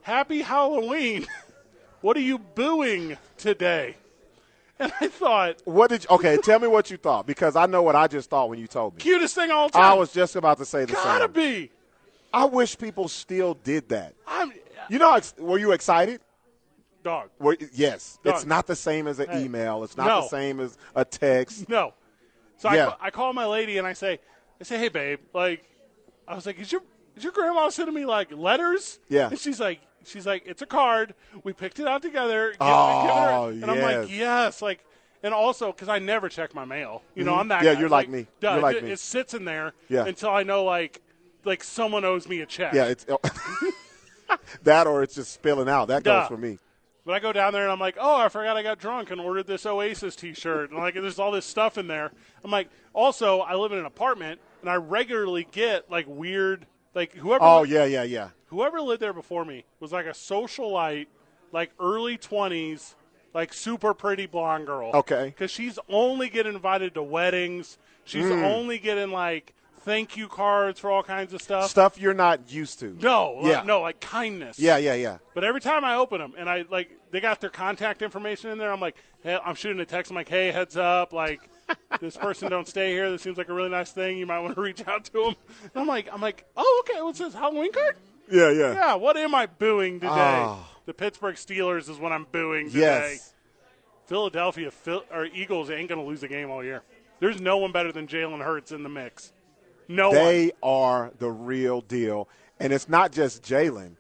Happy Halloween. What are you booing today? And I thought, What did you, okay? tell me what you thought because I know what I just thought when you told me. cutest thing all time. I was just about to say the gotta same. be. I wish people still did that. I'm You know, ex- were you excited? dog. Were, yes. It's Done. not the same as an Hey. email. It's not No. the same as a text. No. So Yeah. I, ca- I call my lady and I say, I say, hey babe, like, I was like, is your is your grandma sending me like letters? Yeah. And she's like, she's like, it's a card. We picked it out together. Give, give it Oh, her. And I'm like, yes. yes, like, and also because I never check my mail. You know, I'm that. Mm-hmm. Yeah, guy. you're like me. duh, You're like it, me. It sits in there Yeah. until I know like, like someone owes me a check. Yeah, it's oh, that or it's just spilling out. That Duh. goes for me. But I go down there and I'm like, oh, I forgot I got drunk and ordered this Oasis T-shirt, and like, there's all this stuff in there. I'm like, also, I live in an apartment, and I regularly get like weird, like whoever Oh yeah, yeah, yeah. whoever lived there before me was like a socialite, like early 20s, like super pretty blonde girl. Okay. Because she's only getting invited to weddings. She's Mm. only getting like thank you cards for all kinds of stuff. Stuff you're not used to. No, Yeah. like, no, like kindness. Yeah, yeah, yeah. But every time I open them and I like, they got their contact information in there. I'm like, hey, I'm shooting a text. I'm like, hey, heads up, like, this person don't stay here. This seems like a really nice thing. You might want to reach out to them. And I'm like, I'm like, oh, okay. What's this Halloween card? Yeah, yeah. Yeah. What am I booing today? Oh. The Pittsburgh Steelers is what I'm booing today. Yes. Philadelphia Phil- or Eagles ain't going to lose a game all year. There's no one better than Jalen Hurts in the mix. No one. They are the real deal. And it's not just Jalen.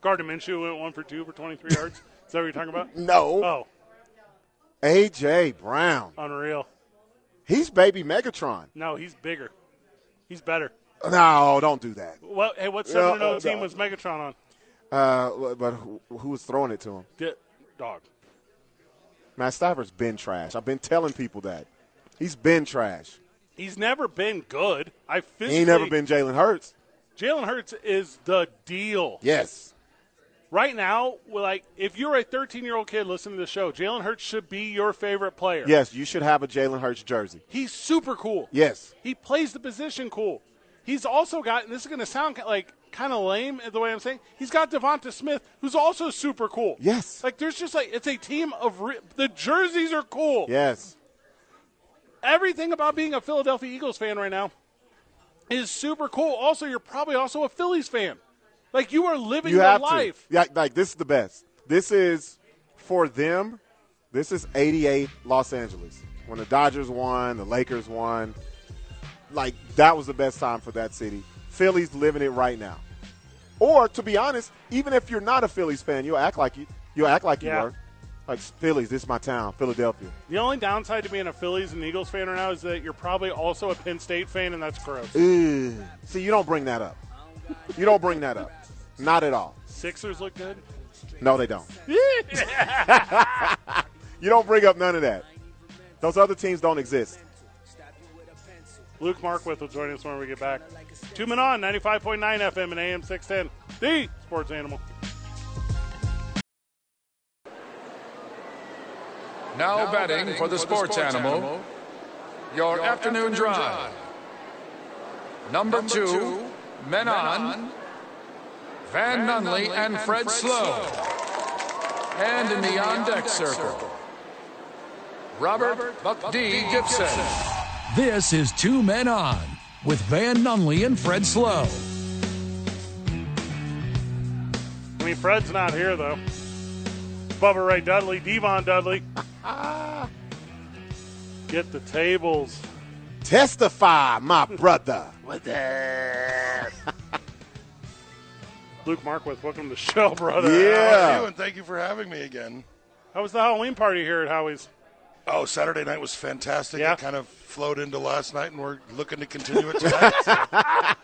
Gardner Minshew went one for two for 23 yards. is that what you're talking about? No. Oh, AJ Brown. unreal. He's baby Megatron. No, he's bigger. He's better. No, don't do that. What? Hey, what Yeah, seven and uh, zero team no. was Megatron on? Uh, but who, who was throwing it to him? Di- dog. Matt Stafford's been trash. I've been telling people that. He's been trash. He's never been good. I He physically. ain't never been Jalen Hurts. Jalen Hurts is the deal. Yes. Right now, well, like if you're a 13 year old kid listening to the show, Jalen Hurts should be your favorite player. Yes, you should have a Jalen Hurts jersey. He's super cool. Yes. He plays the position cool. He's also got, and this is going to sound ki- like kind of lame the way I'm saying, he's got Devonta Smith, who's also super cool. Yes. Like there's just like it's a team of re- the jerseys are cool. Yes. everything about being a Philadelphia Eagles fan right now is super cool. Also, you're probably also a Phillies fan. Like you are living You your have life. to. Yeah, like this is the best. This is for them. This is 88 Los Angeles. When the Dodgers won, the Lakers won. Like that was the best time for that city. Philly's living it right now. Or to be honest, even if you're not a Phillies fan, you'll act like you you'll act like Yeah. you are. Like Phillies, this is my town, Philadelphia. The only downside to being a Phillies and Eagles fan right now is that you're probably also a Penn State fan, and that's gross. Ugh. See, you don't bring that up. You don't bring that up. Not at all. Sixers look good. No, they don't. you don't bring up none of that. Those other teams don't exist. Luke Markwith will join us when we get back. Two men on 95.9 FM and AM 610. The Sports Animal. Now, betting, for the sports, animal, your, afternoon, drive. Number, two, men, on, Van, Nunley and Fred, Slow. And, in the on deck circle, Robert, Buck D. Gibson. This is Two Men On with Van Nunley and Fred Slow. I mean, me. Fred's not here though. Bubba Ray Dudley, Devon Dudley. Get the tables. Testify, my brother. Luke Markwith, welcome to the show, brother. yeah. and thank you for having me again. How was the Halloween party here at Howie's? Oh, Saturday night was fantastic. Yeah. It kind of flowed into last night, and we're looking to continue it tonight.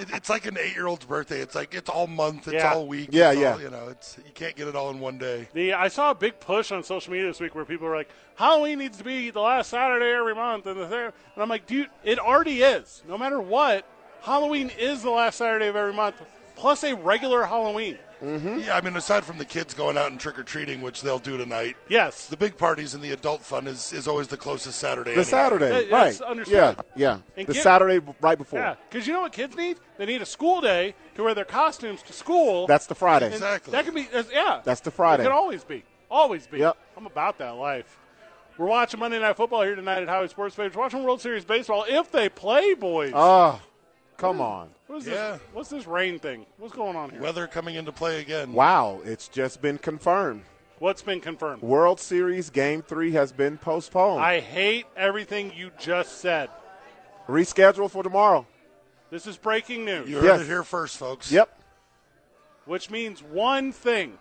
It- it's like an eight-year-old's birthday. It's like it's all month, it's Yeah. all week. Yeah, it's all- yeah. you know, it's you can't get it all in one day. The I saw a big push on social media this week where people were like, Halloween needs to be the last Saturday every month, and the third. And I'm like, dude, it already is. No matter what, Halloween is the last Saturday of every month, plus a regular Halloween. Yeah, I mean, aside from the kids going out and trick or treating, which they'll do tonight, Yes, the big parties and the adult fun is, is always the closest Saturday. The anyway. Saturday, That- right? that's Yeah, understandable. yeah. And the get- Saturday b- right before. yeah, because you know what kids need? They need a school day to wear their costumes to school. That's the Friday. And Exactly. That can be, that's- yeah. That's the Friday. It can always be. Always be. Yep. I'm about that life. We're watching Monday Night Football here tonight at Howie Sports Page. Watching World Series Baseball if they play, boys. Oh, come on. what is yeah. this? What's this rain thing? What's going on here? Weather coming into play again. Wow, it's just been confirmed. What's been confirmed? World Series Game Three has been postponed, I hate everything you just said. rescheduled for tomorrow. This is breaking news, You heard Yes. it here first, folks. Yep. which means one thing.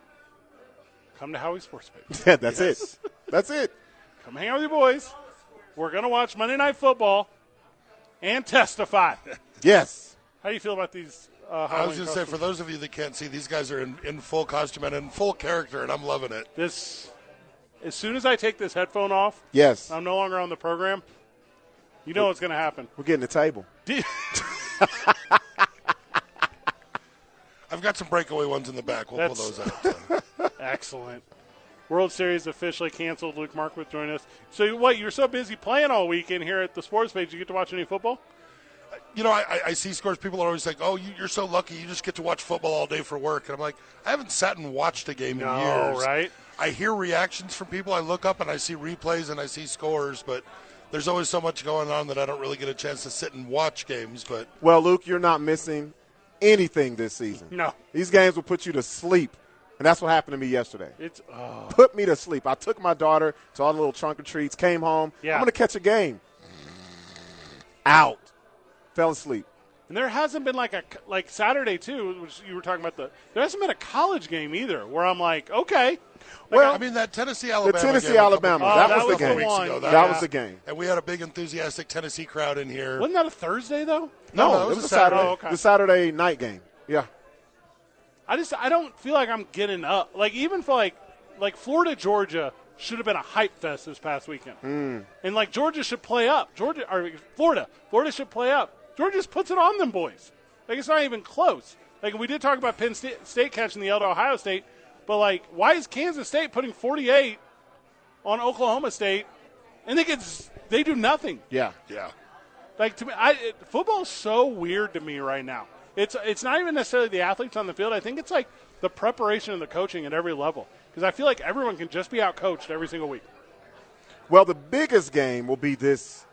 Come to Howie Sports Page. Yeah, that's it. That's it. Come hang out with your boys. We're going to watch Monday Night Football and testify. Yes. How do you feel about these uh, I was Halloween going to say, for costumes? those of you that can't see, these guys are in, in full costume and in full character, and I'm loving it. This, as soon as I take this headphone off, Yes. I'm no longer on the program. You know what's going to happen. We're getting the table. I've got some breakaway ones in the back. We'll pull That's- those out. Excellent. World Series officially canceled. Luke Markwith joined us. So you- what? You're so busy playing all weekend here at the sports page. You get to watch any football? you know, I, I- I see scores. People are always like, "Oh, you, you're so lucky. You just get to watch football all day for work." And I'm like, I haven't sat and watched a game No, in years. right? I hear reactions from people. I look up and I see replays and I see scores, but there's always so much going on that I don't really get a chance to sit and watch games. But Well, Luke, you're not missing anything this season. No. These games will put you to sleep, and that's what happened to me yesterday. It's oh, Put me to sleep. I took my daughter to all the little trunk or treats. Came home. Yeah. I'm gonna catch a game. Out. Fell asleep. and there hasn't been like a c- like Saturday too, which you were talking about the. There hasn't been a college game either where I'm like, okay, Well, I mean, that Tennessee the Alabama. Tennessee game a couple- Alabama. Oh, that, that was was the the game. one. that Yeah. was the game. and we had a big enthusiastic Tennessee crowd in here. wasn't that a Thursday though? No, No, that it was was a a Saturday. Saturday. Oh, okay. The Saturday night game. Yeah. I just I don't feel like I'm getting up. Like even for like like Florida Georgia should have been a hype fest this past weekend. And like Georgia should play up. Georgia or Florida. Florida should play up. Georgia just puts it on them boys. Like it's not even close. Like we did talk about Penn State, State catching the L to Ohio State, but like why is Kansas State putting 48 on Oklahoma State and they get s- they do nothing. Yeah. yeah. Like to me, I it, football's so weird to me right now. It's it's not even necessarily the athletes on the field. I think it's like the preparation and the coaching at every level because I feel like everyone can just be out coached every single week. Well, the biggest game will be this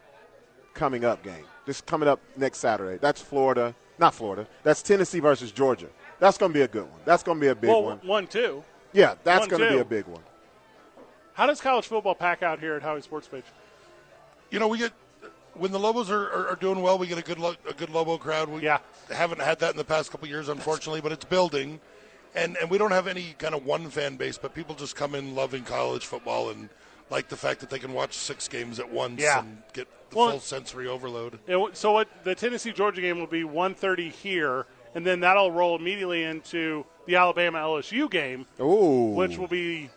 coming up game. This coming up next Saturday. That's Florida. Not Florida. That's Tennessee versus Georgia. That's going to be a good one. That's going to be a big well, one. one two. Yeah, that's one, going to two. be a big one. How does college football pack out here at Howie Sports Page? you know, we get when the Lobos are, are, are doing well, we get a good lo- a good Lobo crowd. We Yeah. haven't had that in the past couple years, unfortunately, but it's building, and and we don't have any kind of one fan base, but people just come in loving college football and like the fact that they can watch six games at once Yeah. and get the Well- full sensory overload. It w- so what the Tennessee Georgia game will be 1:30 here, and then that'll roll immediately into the Alabama LSU game, Ooh. which will be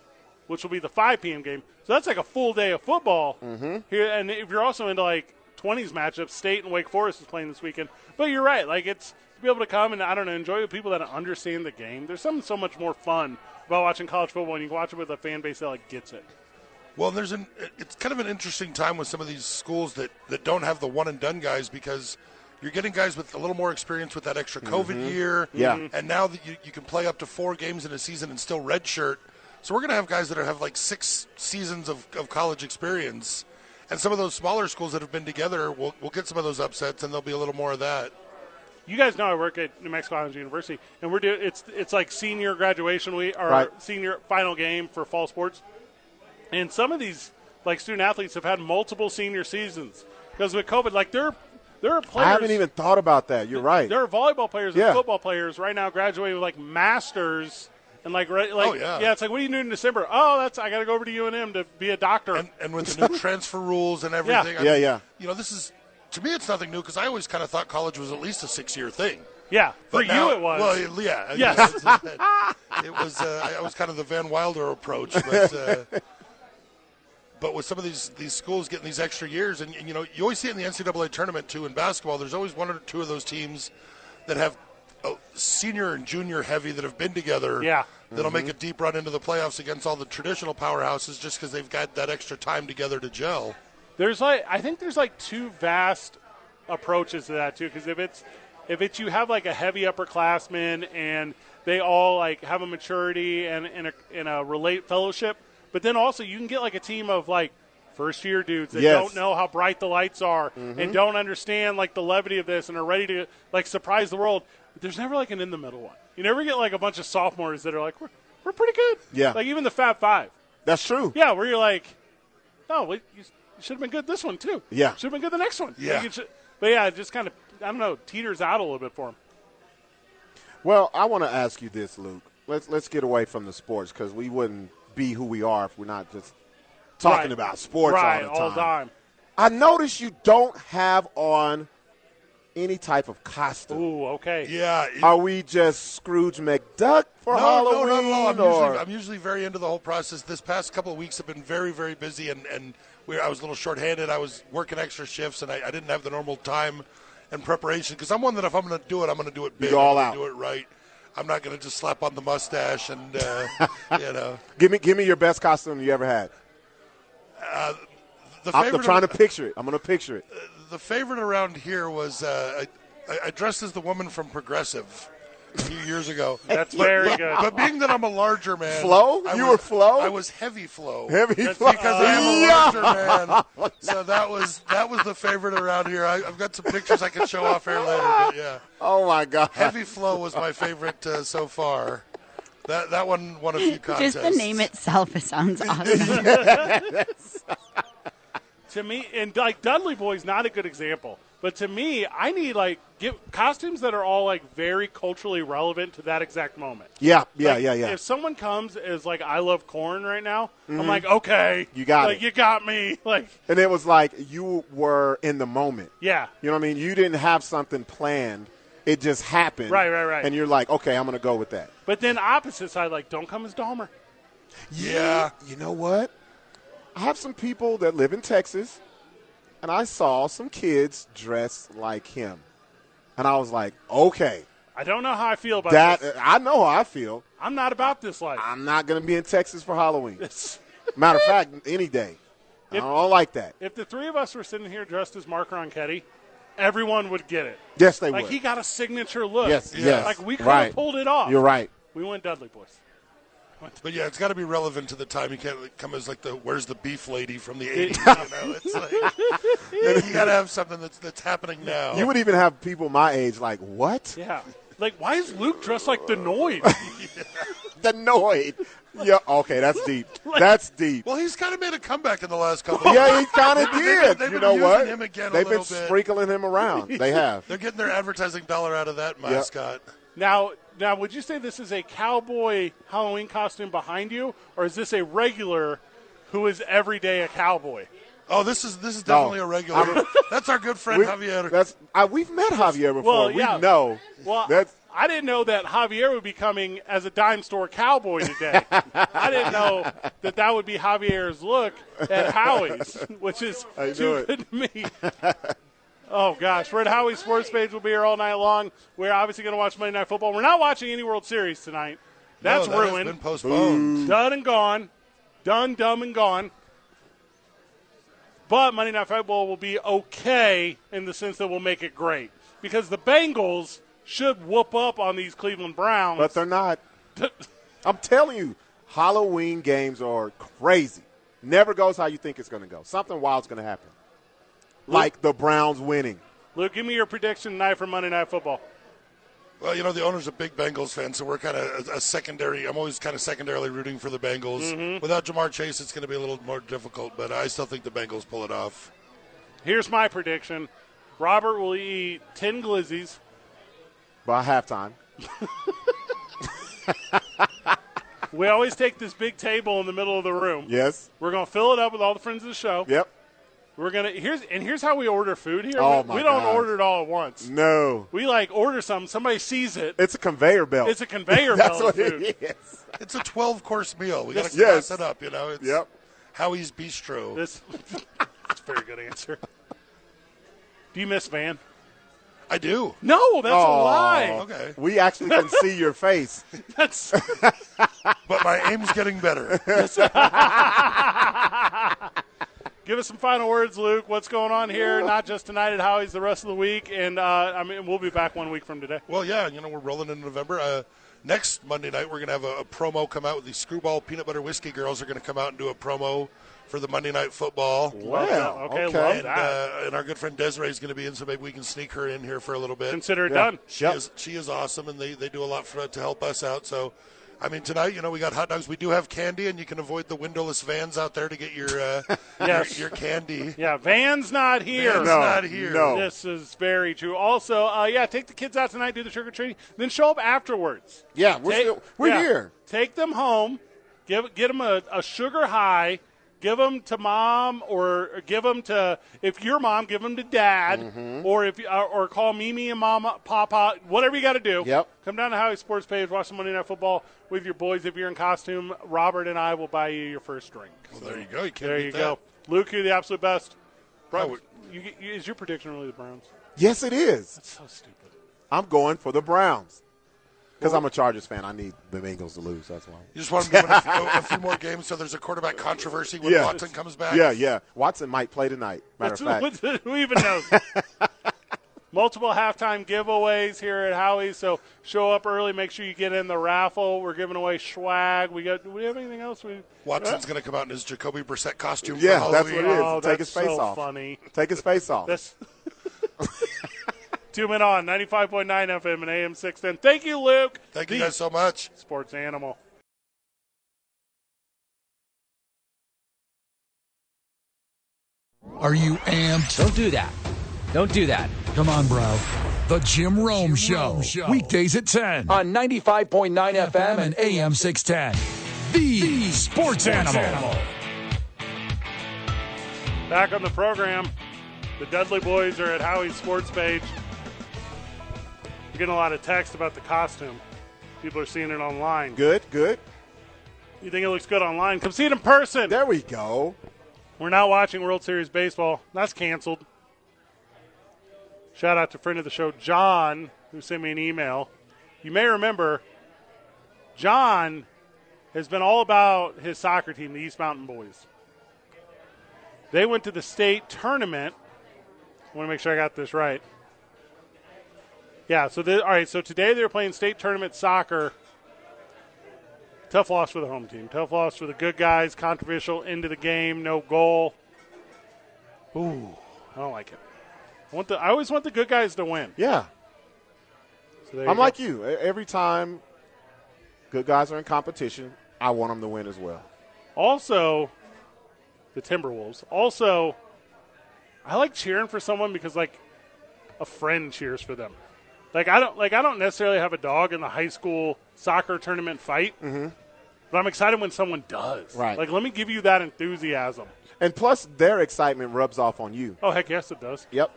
which will be the 5 p.m. game. So that's like a full day of football Mm-hmm. here. And if you're also into like 20s matchups, State and Wake Forest is playing this weekend. But you're right, like it's to be able to come and I don't know, enjoy with people that understand the game. There's something so much more fun about watching college football when you can watch it with a fan base that like gets it. Well, there's an it's kind of an interesting time with some of these schools that that don't have the one and done guys because you're getting guys with a little more experience with that extra COVID year. Mm-hmm. Yeah. Mhm. and now that you, you can play up to four games in a season and still redshirt, so we're going to have guys that are, have like six seasons of, of college experience, and some of those smaller schools that have been together will will get some of those upsets, and there'll be a little more of that. you guys know I work at New Mexico Islands University, and we're doing it's it's like senior graduation week or Right. senior final game for fall sports, and some of these like student athletes have had multiple senior seasons because with COVID, like there there are players. I haven't even thought about that. You're right. There are volleyball players and Yeah. football players right now graduating with like masters and like right like Oh, yeah. it's like what do you do in December? Oh, that's I got to go over to UNM to be a doctor. And, and with the new transfer rules and everything. I Yeah, mean, yeah. You know, this is to me, it's nothing new because I always kind of thought college was at least a six-year thing. yeah, for But now- you it was. Well, yeah. Yes. it was. Uh, I- I was kind of the Van Wilder approach, but uh, but with some of these these schools getting these extra years, and, and, you know, you always see it in the NCAA tournament too in basketball. There's always one or two of those teams that have uh, senior and junior heavy that have been together. Yeah. That'll Mhm. make a deep run into the playoffs against all the traditional powerhouses just because they've got that extra time together to gel. There's like I think there's like two vast approaches to that too because if it's if it's you have like a heavy upperclassman and they all like have a maturity and and a, and a relate fellowship, but then also you can get like a team of like first year dudes that Yes. don't know how bright the lights are Mhm. and don't understand like the levity of this and are ready to like surprise the world. But there's never like an in the middle one. You never get like a bunch of sophomores that are like we're we're pretty good. Yeah. like even the Fab Five. That's true. Yeah, where you're like, no, we, you should have been good this one too. Yeah. should have been good the next one. Yeah. Like, it should- but yeah, it just kind of I don't know teeters out a little bit for him. Well, I want to ask you this, Luke. Let's let's get away from the sports because we wouldn't be who we are if we're not just talking Right. about sports right, all the time. time. I notice you don't have on any type of costume. Ooh, okay. Yeah. Are we just Scrooge McDuck for Halloween? No, not at all. I'm, or- usually, I'm usually very into the whole process. This past couple of weeks have been very, very busy, and, and we, I was a little shorthanded. I was working extra shifts, and I, I didn't have the normal time and preparation because I'm one that if I'm going to do it, I'm going to do it You big. go all I'm out. gonna Do it right. I'm not going to just slap on the mustache and uh, you know. give me give me your best costume you ever had. Uh, the I'm, I'm favorite trying to picture it. I'm going to picture it. the favorite around here was uh, I, I dressed as the woman from Progressive a few years ago. That's But- very but- good. But being that I'm a larger man, Flo? I You was- were Flo? I was heavy Flo. Heavy That's Flo. because I am a Yeah. larger man. So that was that was the favorite around here. I, I've got some pictures I can show off here later. But yeah, Oh my God! heavy Flo was my favorite uh, so far. That that one won a few contests. Just the name itself it sounds awesome. To me, and like Dudley Boy's not a good example, but to me, I need like get costumes that are all like very culturally relevant to that exact moment. Yeah, yeah, Like, yeah, yeah. If someone comes as like I love corn right now, Mhm. I'm like, okay, You got like, it. you got me. Like, And it was like you were in the moment. yeah, You know what I mean? You didn't have something planned. It just happened. Right, right, right. And you're like, okay, I'm going to go with that. But then opposite side, like, don't come as Dahmer. Yeah. You know what? I have some people that live in Texas, and I saw some kids dressed like him. And I was like, okay, I don't know how I feel about that This. I know how I feel. I'm not about this life. I'm not going to be in Texas for Halloween. Matter of fact, any day. I If- don't like that. If the three of us were sitting here dressed as Mark Ronchetti, everyone would get it. Yes, they like would. he got a signature look. Yes, yes. Like we could Right. have pulled it off. You're right. We went Dudley boys. But yeah, it's got to be relevant to the time. You can't like, come as like the "Where's the beef lady" from the It- '80s. you know, it's like you got to have something that's that's happening now. You would even have people my age like, what? Yeah. Like why is Luke dressed like the Noid? The Noid. Yeah, okay, that's deep. that's deep. Well, he's kind of made a comeback in the last couple. of yeah, he years. kind They've of been- did. They've you been know using what? Him again a they've been little bit. sprinkling him around. They have. They're getting their advertising dollar out of that Yep. mascot. now now would you say this is a cowboy Halloween costume behind you, or is this a regular who is every day a cowboy? Oh, this is this is No. definitely a regular. that's our good friend We- Javier. That's I, we've met Javier before. Well, we yeah. know. Well, That's- I didn't know that Javier would be coming as a dime store cowboy today. I didn't know that that would be Javier's look at Howie's, which is I knew too it. good to me. Oh gosh, we're at Howie's Sports Page. We'll be here all night long. We're obviously going to watch Monday Night Football. We're not watching any World Series tonight. That's no, Oh, that has ruined. Been postponed. Done and gone. Done, dumb, and gone. But Monday Night Football will be okay in the sense that we'll make it great. Because the Bengals should whoop up on these Cleveland Browns. but they're not. I'm telling you, Halloween games are crazy. Never goes how you think it's going to go. Something wild's going to happen, like the Browns winning. Luke, give me your prediction tonight for Monday Night Football. Well, you know, the owner's a big Bengals fan, so we're kind of a, a secondary. I'm always kind of secondarily rooting for the Bengals. Mm-hmm. Mhm. Without Jamar Chase, it's going to be a little more difficult, but I still think the Bengals pull it off. Here's my prediction Robert will eat 10 glizzies. by halftime. We always take this big table in the middle of the room. Yes. We're going to fill it up with all the friends of the show. Yep. We're going to, here's, and here's how we order food here. Oh, we, my we don't God. order it all at once. No. We like order something, somebody sees it. It's a conveyor belt. It's a conveyor Oh. That's belt. what of it food. is. It's a 12 course meal. We got to Yes. class it up, you know. It's Yep. Howie's Bistro. That's, that's a very good answer. Do you miss Van? I do. No, that's a Aw. lie. Okay. We actually can see your face. That's But my aim's getting better. Give us some final words, Luke. What's going on here? Not just tonight at Howie's, the rest of the week, and uh, I mean we'll be back one week from today. Well, yeah, you know, we're rolling in November. Uh, next Monday night, we're going to have a, a promo come out. The Screwball Peanut Butter Whiskey Girls are going to come out and do a promo for the Monday Night Football. Wow. Okay, okay. love And, that. uh, and our good friend Desiree is going to be in, so maybe we can sneak her in here for a little bit. Consider it Yeah. done. She, Yep. is, she is awesome, and they, they do a lot for, to help us out. So, I mean, tonight, you know, we got hot dogs. We do have candy, and you can avoid the windowless vans out there to get your uh, Yes. your, your candy. Yeah, Van's not here. Van's No, not here. no. This is very true. Also, uh, yeah, take the kids out tonight, do the trick or treating, then show up afterwards. Yeah, we're, Take- still, we're yeah. here. Take them home. Give get them a, a sugar high. Give them to mom, or or give them to if your mom, give them to dad, Mm-hmm. or if you- or, or call Mimi and Mama, Papa, whatever you got to do. Yep. Come down to Howie Sports Page, watch some Monday Night Football with your boys. If you're in costume, Robert and I will buy you your first drink. Well, there you go. You can't There beat you that. go, Luke. You're the absolute best. Bro, Robert. you, you, is your prediction really the Browns? Yes, it is. So stupid. I'm going for the Browns because I'm a Chargers fan. I need the Bengals to lose. That's why. You just want to move in a, few, a few more games so there's a quarterback controversy when Yeah. Watson comes back. Yeah, yeah. Watson might play tonight. Matter of fact, What's- who even knows? Multiple halftime giveaways here at Howie, so show up early. Make sure you get in the raffle. We're giving away swag. We got. Do we have anything else? We Watson's going to come out in his Jacoby Brissett costume. Yeah, for that's Halloween. what it is. Oh, Take that's his face so off. Funny. take his face off. That's two men on ninety five point nine FM and AM six ten. Thank you, Luke. Thank you The guys so much. Sports animal. Are you amped? Don't do that. Don't do that. Oh, Come on, bro. The Jim Rome, Show. Weekdays at 10 On 95.9 FM FM and AM 610. The, sports, animal. Back on the program, the Dudley boys are at Howie's sports page. We're getting a lot of text about the costume. People are seeing it online. good, good. You think it looks good online? Come see it in person. There we go. We're now watching World Series baseball. That's canceled. Shout out to friend of the show, John, who sent me an email. You may remember, John has been all about his soccer team, the East Mountain Boys. They went to the state tournament. I want to make sure I got this right. Yeah, so the, all right, so today they're playing state tournament soccer. Tough loss for the home team. Tough loss for the good guys. Controversial into the game. No goal. Ooh, I don't like it. I want the. I always want the good guys to win. Yeah, So there I'm you go. like you. E- Every time good guys are in competition, I want them to win as well. Also, the Timberwolves. Also, I like cheering for someone because like a friend cheers for them. Like I don't like I don't necessarily have a dog in the high school soccer tournament fight, but I'm excited when someone does. Right. Like let me give you that enthusiasm. And plus, their excitement rubs off on you. Oh heck yes it does. Yep.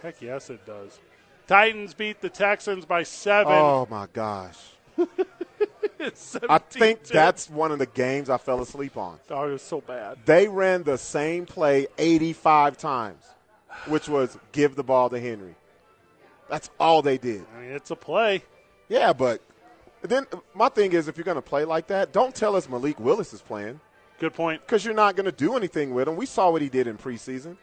Heck yes it does. Titans beat the Texans by seven. Oh my gosh. I think that's one of the games I fell asleep on. oh, it was so bad. They ran the same play 85 times, which was give the ball to Henry. That's all they did. I mean it's a play. Yeah, but then my thing is if you're going to play like that, don't tell us Malik Willis is playing Good point. because you're not going to do anything with him. We saw what he did in preseason.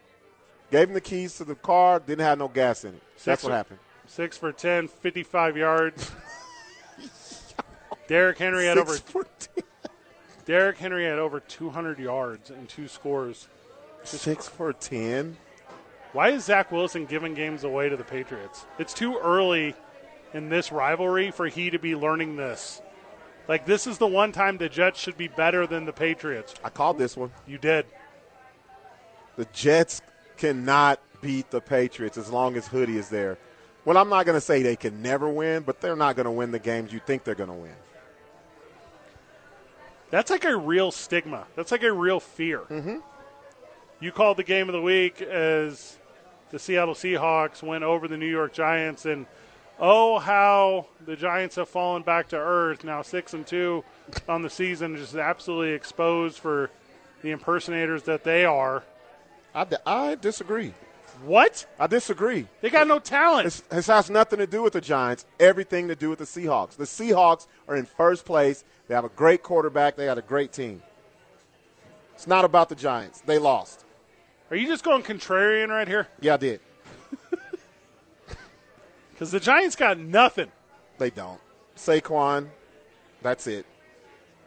Gave him the keys to the car, didn't have no gas in it. That's what Sixer. happened. Six for 10, 55 yards. Derrick Henry had over Six for 10. Derrick Henry had over 200 yards and two scores. Six for 10. Why is Zach Wilson giving games away to the Patriots? It's too early in this rivalry for he to be learning this. Like this is the one time the Jets should be better than the Patriots. I called this one. You did. The Jets cannot beat the Patriots as long as Hoodie is there. Well, I'm not going to say they can never win, but they're not going to win the games you think they're going to win. That's like a real stigma. That's like a real fear. Mm-hmm. You called the game of the week as the Seattle Seahawks went over the New York Giants, and oh how the Giants have fallen back to earth. Now six and two on the season, just absolutely exposed for the impersonators that they are. I, I disagree. What? I disagree. They got no talent. This, this has nothing to do with the Giants, everything to do with the Seahawks. The Seahawks are in first place. They have a great quarterback, they got a great team. It's not about the Giants. They lost. Are you just going contrarian right here? Yeah, I did. Because the Giants got nothing. They don't. Saquon, that's it.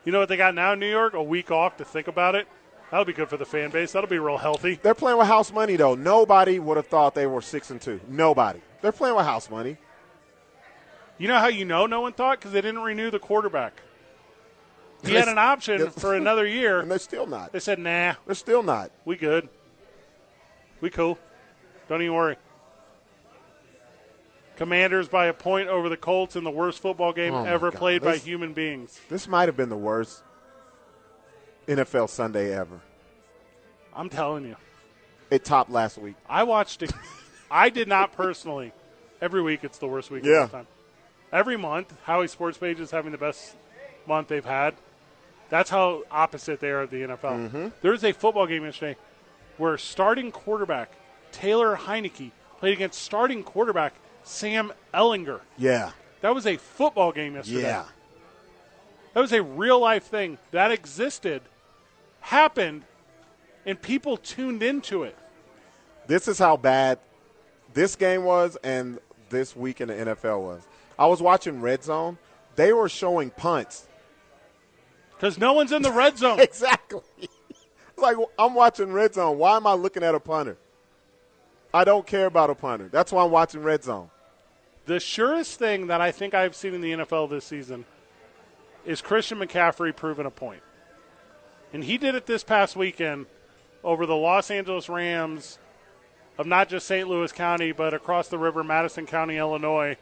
You know what they got now in New York? A week off to think about it. That'll be good for the fan base. That'll be real healthy. They're playing with house money though. Nobody would have thought they were six and two. Nobody. They're playing with house money. You know how you know no one thought? Because they didn't renew the quarterback. He had an option for another year. And they're still not. They said, nah, They're still not. we good. We cool. Don't even worry. Commanders by a point over the Colts in the worst football game Oh, my ever God. played by This- human beings. This might have been the worst NFL Sunday ever. I'm telling you. It topped last week. I watched it. I did not personally. Every week, it's the worst week. Yeah. Of all time. Every month, Howie Sports Page is having the best month they've had. That's how opposite they are of the NFL. Mm-hmm. There was a football game yesterday where starting quarterback Taylor Heineke played against starting quarterback Sam Ellinger. Yeah. That was a football game yesterday. Yeah. That was a real life thing that existed, happened, and people tuned into it. This is how bad this game was and this week in the NFL was. I was watching Red Zone. They were showing punts. Because no one's in the red zone. Exactly. like I'm watching Red Zone. Why am I looking at a punter? I don't care about a punter. That's why I'm watching Red Zone. The surest thing that I think I've seen in the NFL this season is Christian McCaffrey proving a point. And he did it this past weekend over the Los Angeles Rams of not just St. Louis County, but across the river, Madison County, Illinois,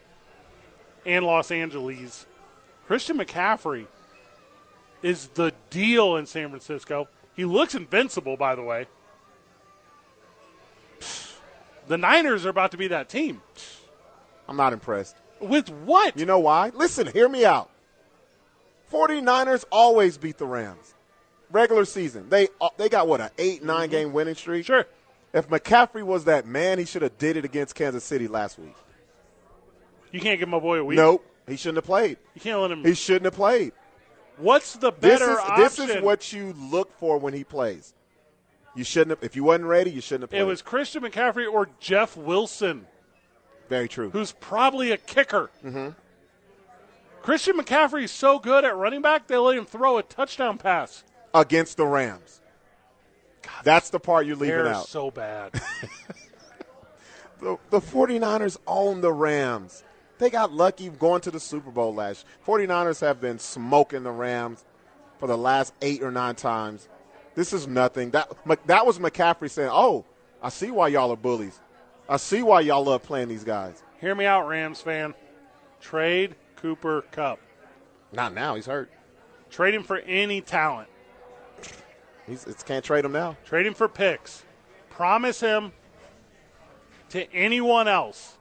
and Los Angeles. Christian McCaffrey is the deal in San Francisco. He looks invincible, by the way. The Niners are about to be that team. I'm not impressed. With what? You know why? Listen, hear me out. 49ers always beat the Rams. Regular season. They uh, they got what an 8 9 game winning streak. Sure. If McCaffrey was that man, he should have did it against Kansas City last week. You can't give my boy a week. Nope. He shouldn't have played. You can't let him. He shouldn't have played. What's the This better is this option? is what you look for when he plays. You shouldn't have if you wasn't ready, you shouldn't have played. it was Christian McCaffrey or Jeff Wilson, very true. who's probably a kicker. Mm-hmm. Christian McCaffrey is so good at running back, they let him throw a touchdown pass. against the Rams. That's the part you're leaving They're out. so bad. the, the 49ers own the Rams. They got lucky going to the Super Bowl last. 49ers have been smoking the Rams for the last eight or nine times. This is nothing. That Mc- that was McCaffrey saying, "Oh, I see why y'all are bullies. I see why y'all love playing these guys." Hear me out, Rams fan. Trade Cooper Cup. Not now. He's hurt. Trade him for any talent. He's it's, can't trade him now. Trade him for picks. Promise him to anyone else.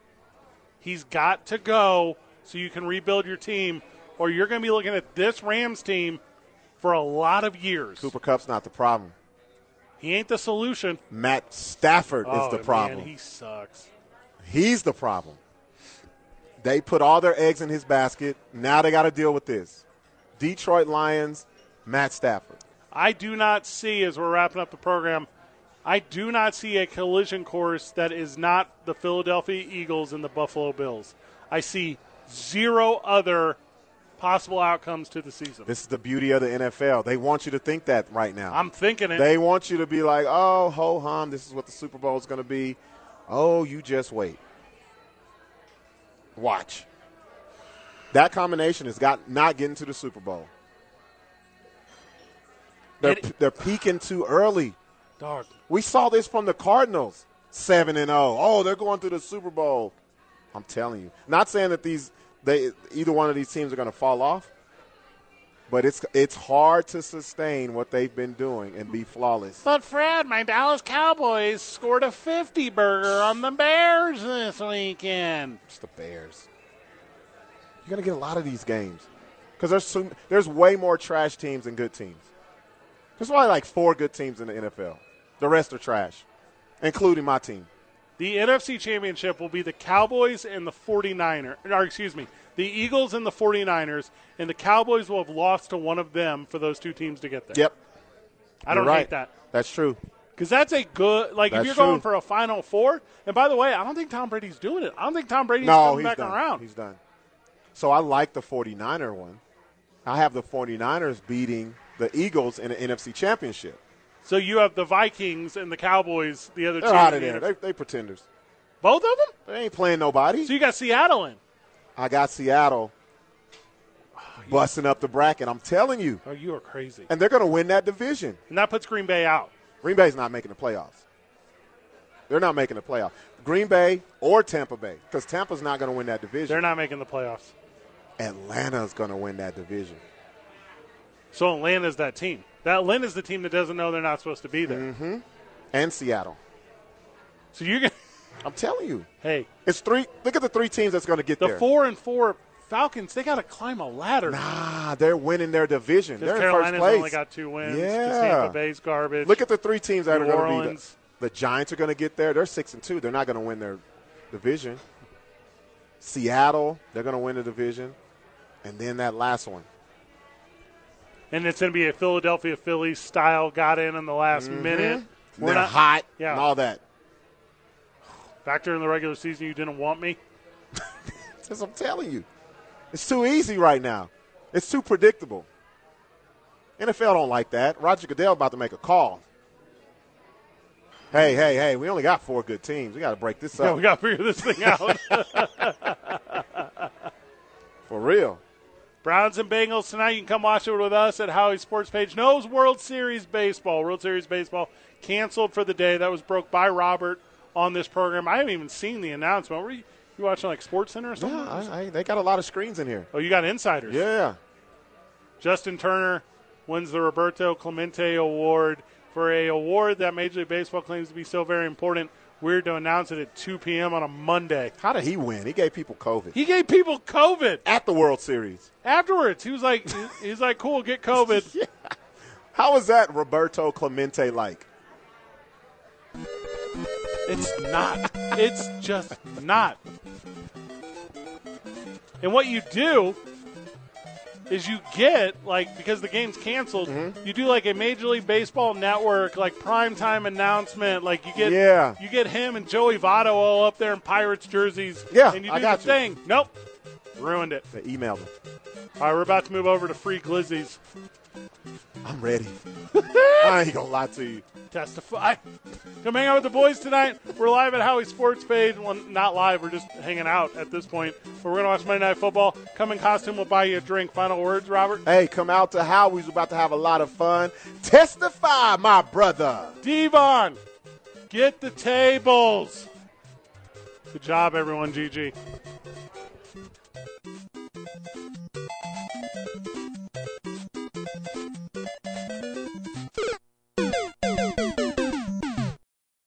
He's got to go so you can rebuild your team, or you're going to be looking at this Rams team for a lot of years. Cooper Cup's not the problem. He ain't the solution. Matt Stafford oh, is the man, problem. he sucks. He's the problem. They put all their eggs in his basket. Now they got to deal with this. Detroit Lions, Matt Stafford. I do not see, as we're wrapping up the program, I do not see a collision course that is not the Philadelphia Eagles and the Buffalo Bills. I see zero other possible outcomes to the season. This is the beauty of the NFL. They want you to think that right now. I'm thinking it. they want you to be like, oh, ho hum, this is what the Super Bowl is going to be. Oh, you just wait. Watch. That combination has got not getting to the Super Bowl. They're, they're peaking too early. Dog. We saw this from the Cardinals, seven and zero. Oh, they're going to the Super Bowl. I'm telling you. Not saying that these they either one of these teams are going to fall off, but it's it's hard to sustain what they've been doing and be flawless. But Fred, my Dallas Cowboys scored a 50 burger on the Bears this weekend. It's the Bears. You're going to get a lot of these games because there's so, there's way more trash teams than good teams. There's only like four good teams in the NFL. The rest are trash, including my team. The NFC Championship will be the Cowboys and the 49ers, or excuse me, the Eagles and the 49ers, and the Cowboys will have lost to one of them for those two teams to get there. Yep. I don't You're right. hate that. That's true. Because that's a good, like, if That's you're true. going for a Final Four, and by the way, I don't think Tom Brady's doing it. I don't think Tom Brady's no, coming he's back done. around. He's done. So I like the 49er one. I have the 49ers beating the Eagles in the NFC Championship. So you have the Vikings and the Cowboys, the other They're two. out of in the there. NFC. They, they pretenders. Both of them? They ain't playing nobody. So you got Seattle in. I got Seattle busting up the bracket. I'm telling you. Oh, you are crazy. And they're going to win that division. And that puts Green Bay out. Green Bay's not making the playoffs. They're not making the playoffs. Green Bay or Tampa Bay, because Tampa's not going to win that division. They're not making the playoffs. Atlanta's going to win that division. So Atlanta's that team. That Atlanta's the team that doesn't know they're not supposed to be there. Mm-hmm. And Seattle. So you're going to, I'm telling you. hey, It's three. Look at the three teams that's going to get the there. four and four Falcons, they got to climb a ladder. Nah, Ah, they're winning their division. Because They're in Carolina's first place. only got two wins. 'cause Yeah. Tampa Bay's garbage. Look at the three teams that New are going to be. Orleans. The, the Giants are going to get there. They're six and two. They're not going to win their division. Seattle, they're going to win the division, and then that last one. and it's going to be a Philadelphia Phillies style got in in the last minute. And Mm-hmm. they're hot Yeah. and all that. Back during the regular season, you didn't want me. That's what I'm telling you. It's too easy right now. It's too predictable. NFL don't like that. Roger Goodell about to make a call. Hey, hey, hey, we only got four good teams. We got to break this Yeah, up. we got to figure this thing out. For real. Browns and Bengals tonight. You can come watch it with us at Howie's Sports Page. Knows World Series Baseball. World Series Baseball canceled for the day. That was broke by Robert on this program. I haven't even seen the announcement. Were you, you watching like Sports Center or Yeah, something? I, I, they got a lot of screens in here. oh, you got insiders. Yeah. Justin Turner wins the Roberto Clemente Award for a award that Major League Baseball claims to be so very important. Weird to announce it at 2 p.m. on a Monday. How did he win? He gave people COVID He gave people COVID at the World Series. afterwards. He was like, he- he's like, cool, get COVID. How is that Roberto Clemente like? It's not. It's just not. And what you do is you get like because the game's canceled, Mm-hmm. you do like a Major League Baseball network like primetime announcement. Like you get Yeah. you get him and Joey Votto all up there in Pirates jerseys. Yeah, and you do I got the you. thing. Nope, ruined it. They emailed him. All right, we're about to move over to free glizzies. I'm ready. I ain't gonna lie to you. testify. Come hang out with the boys tonight. We're live at Howie Sports Page. Well, not live. We're just hanging out at this point. But we're going to watch Monday Night Football. Come in costume. We'll buy you a drink. Final words, Robert. Hey, come out to Howie's. We're about to have a lot of fun. Testify, my brother. Devon, get the tables. Good job, everyone. GG.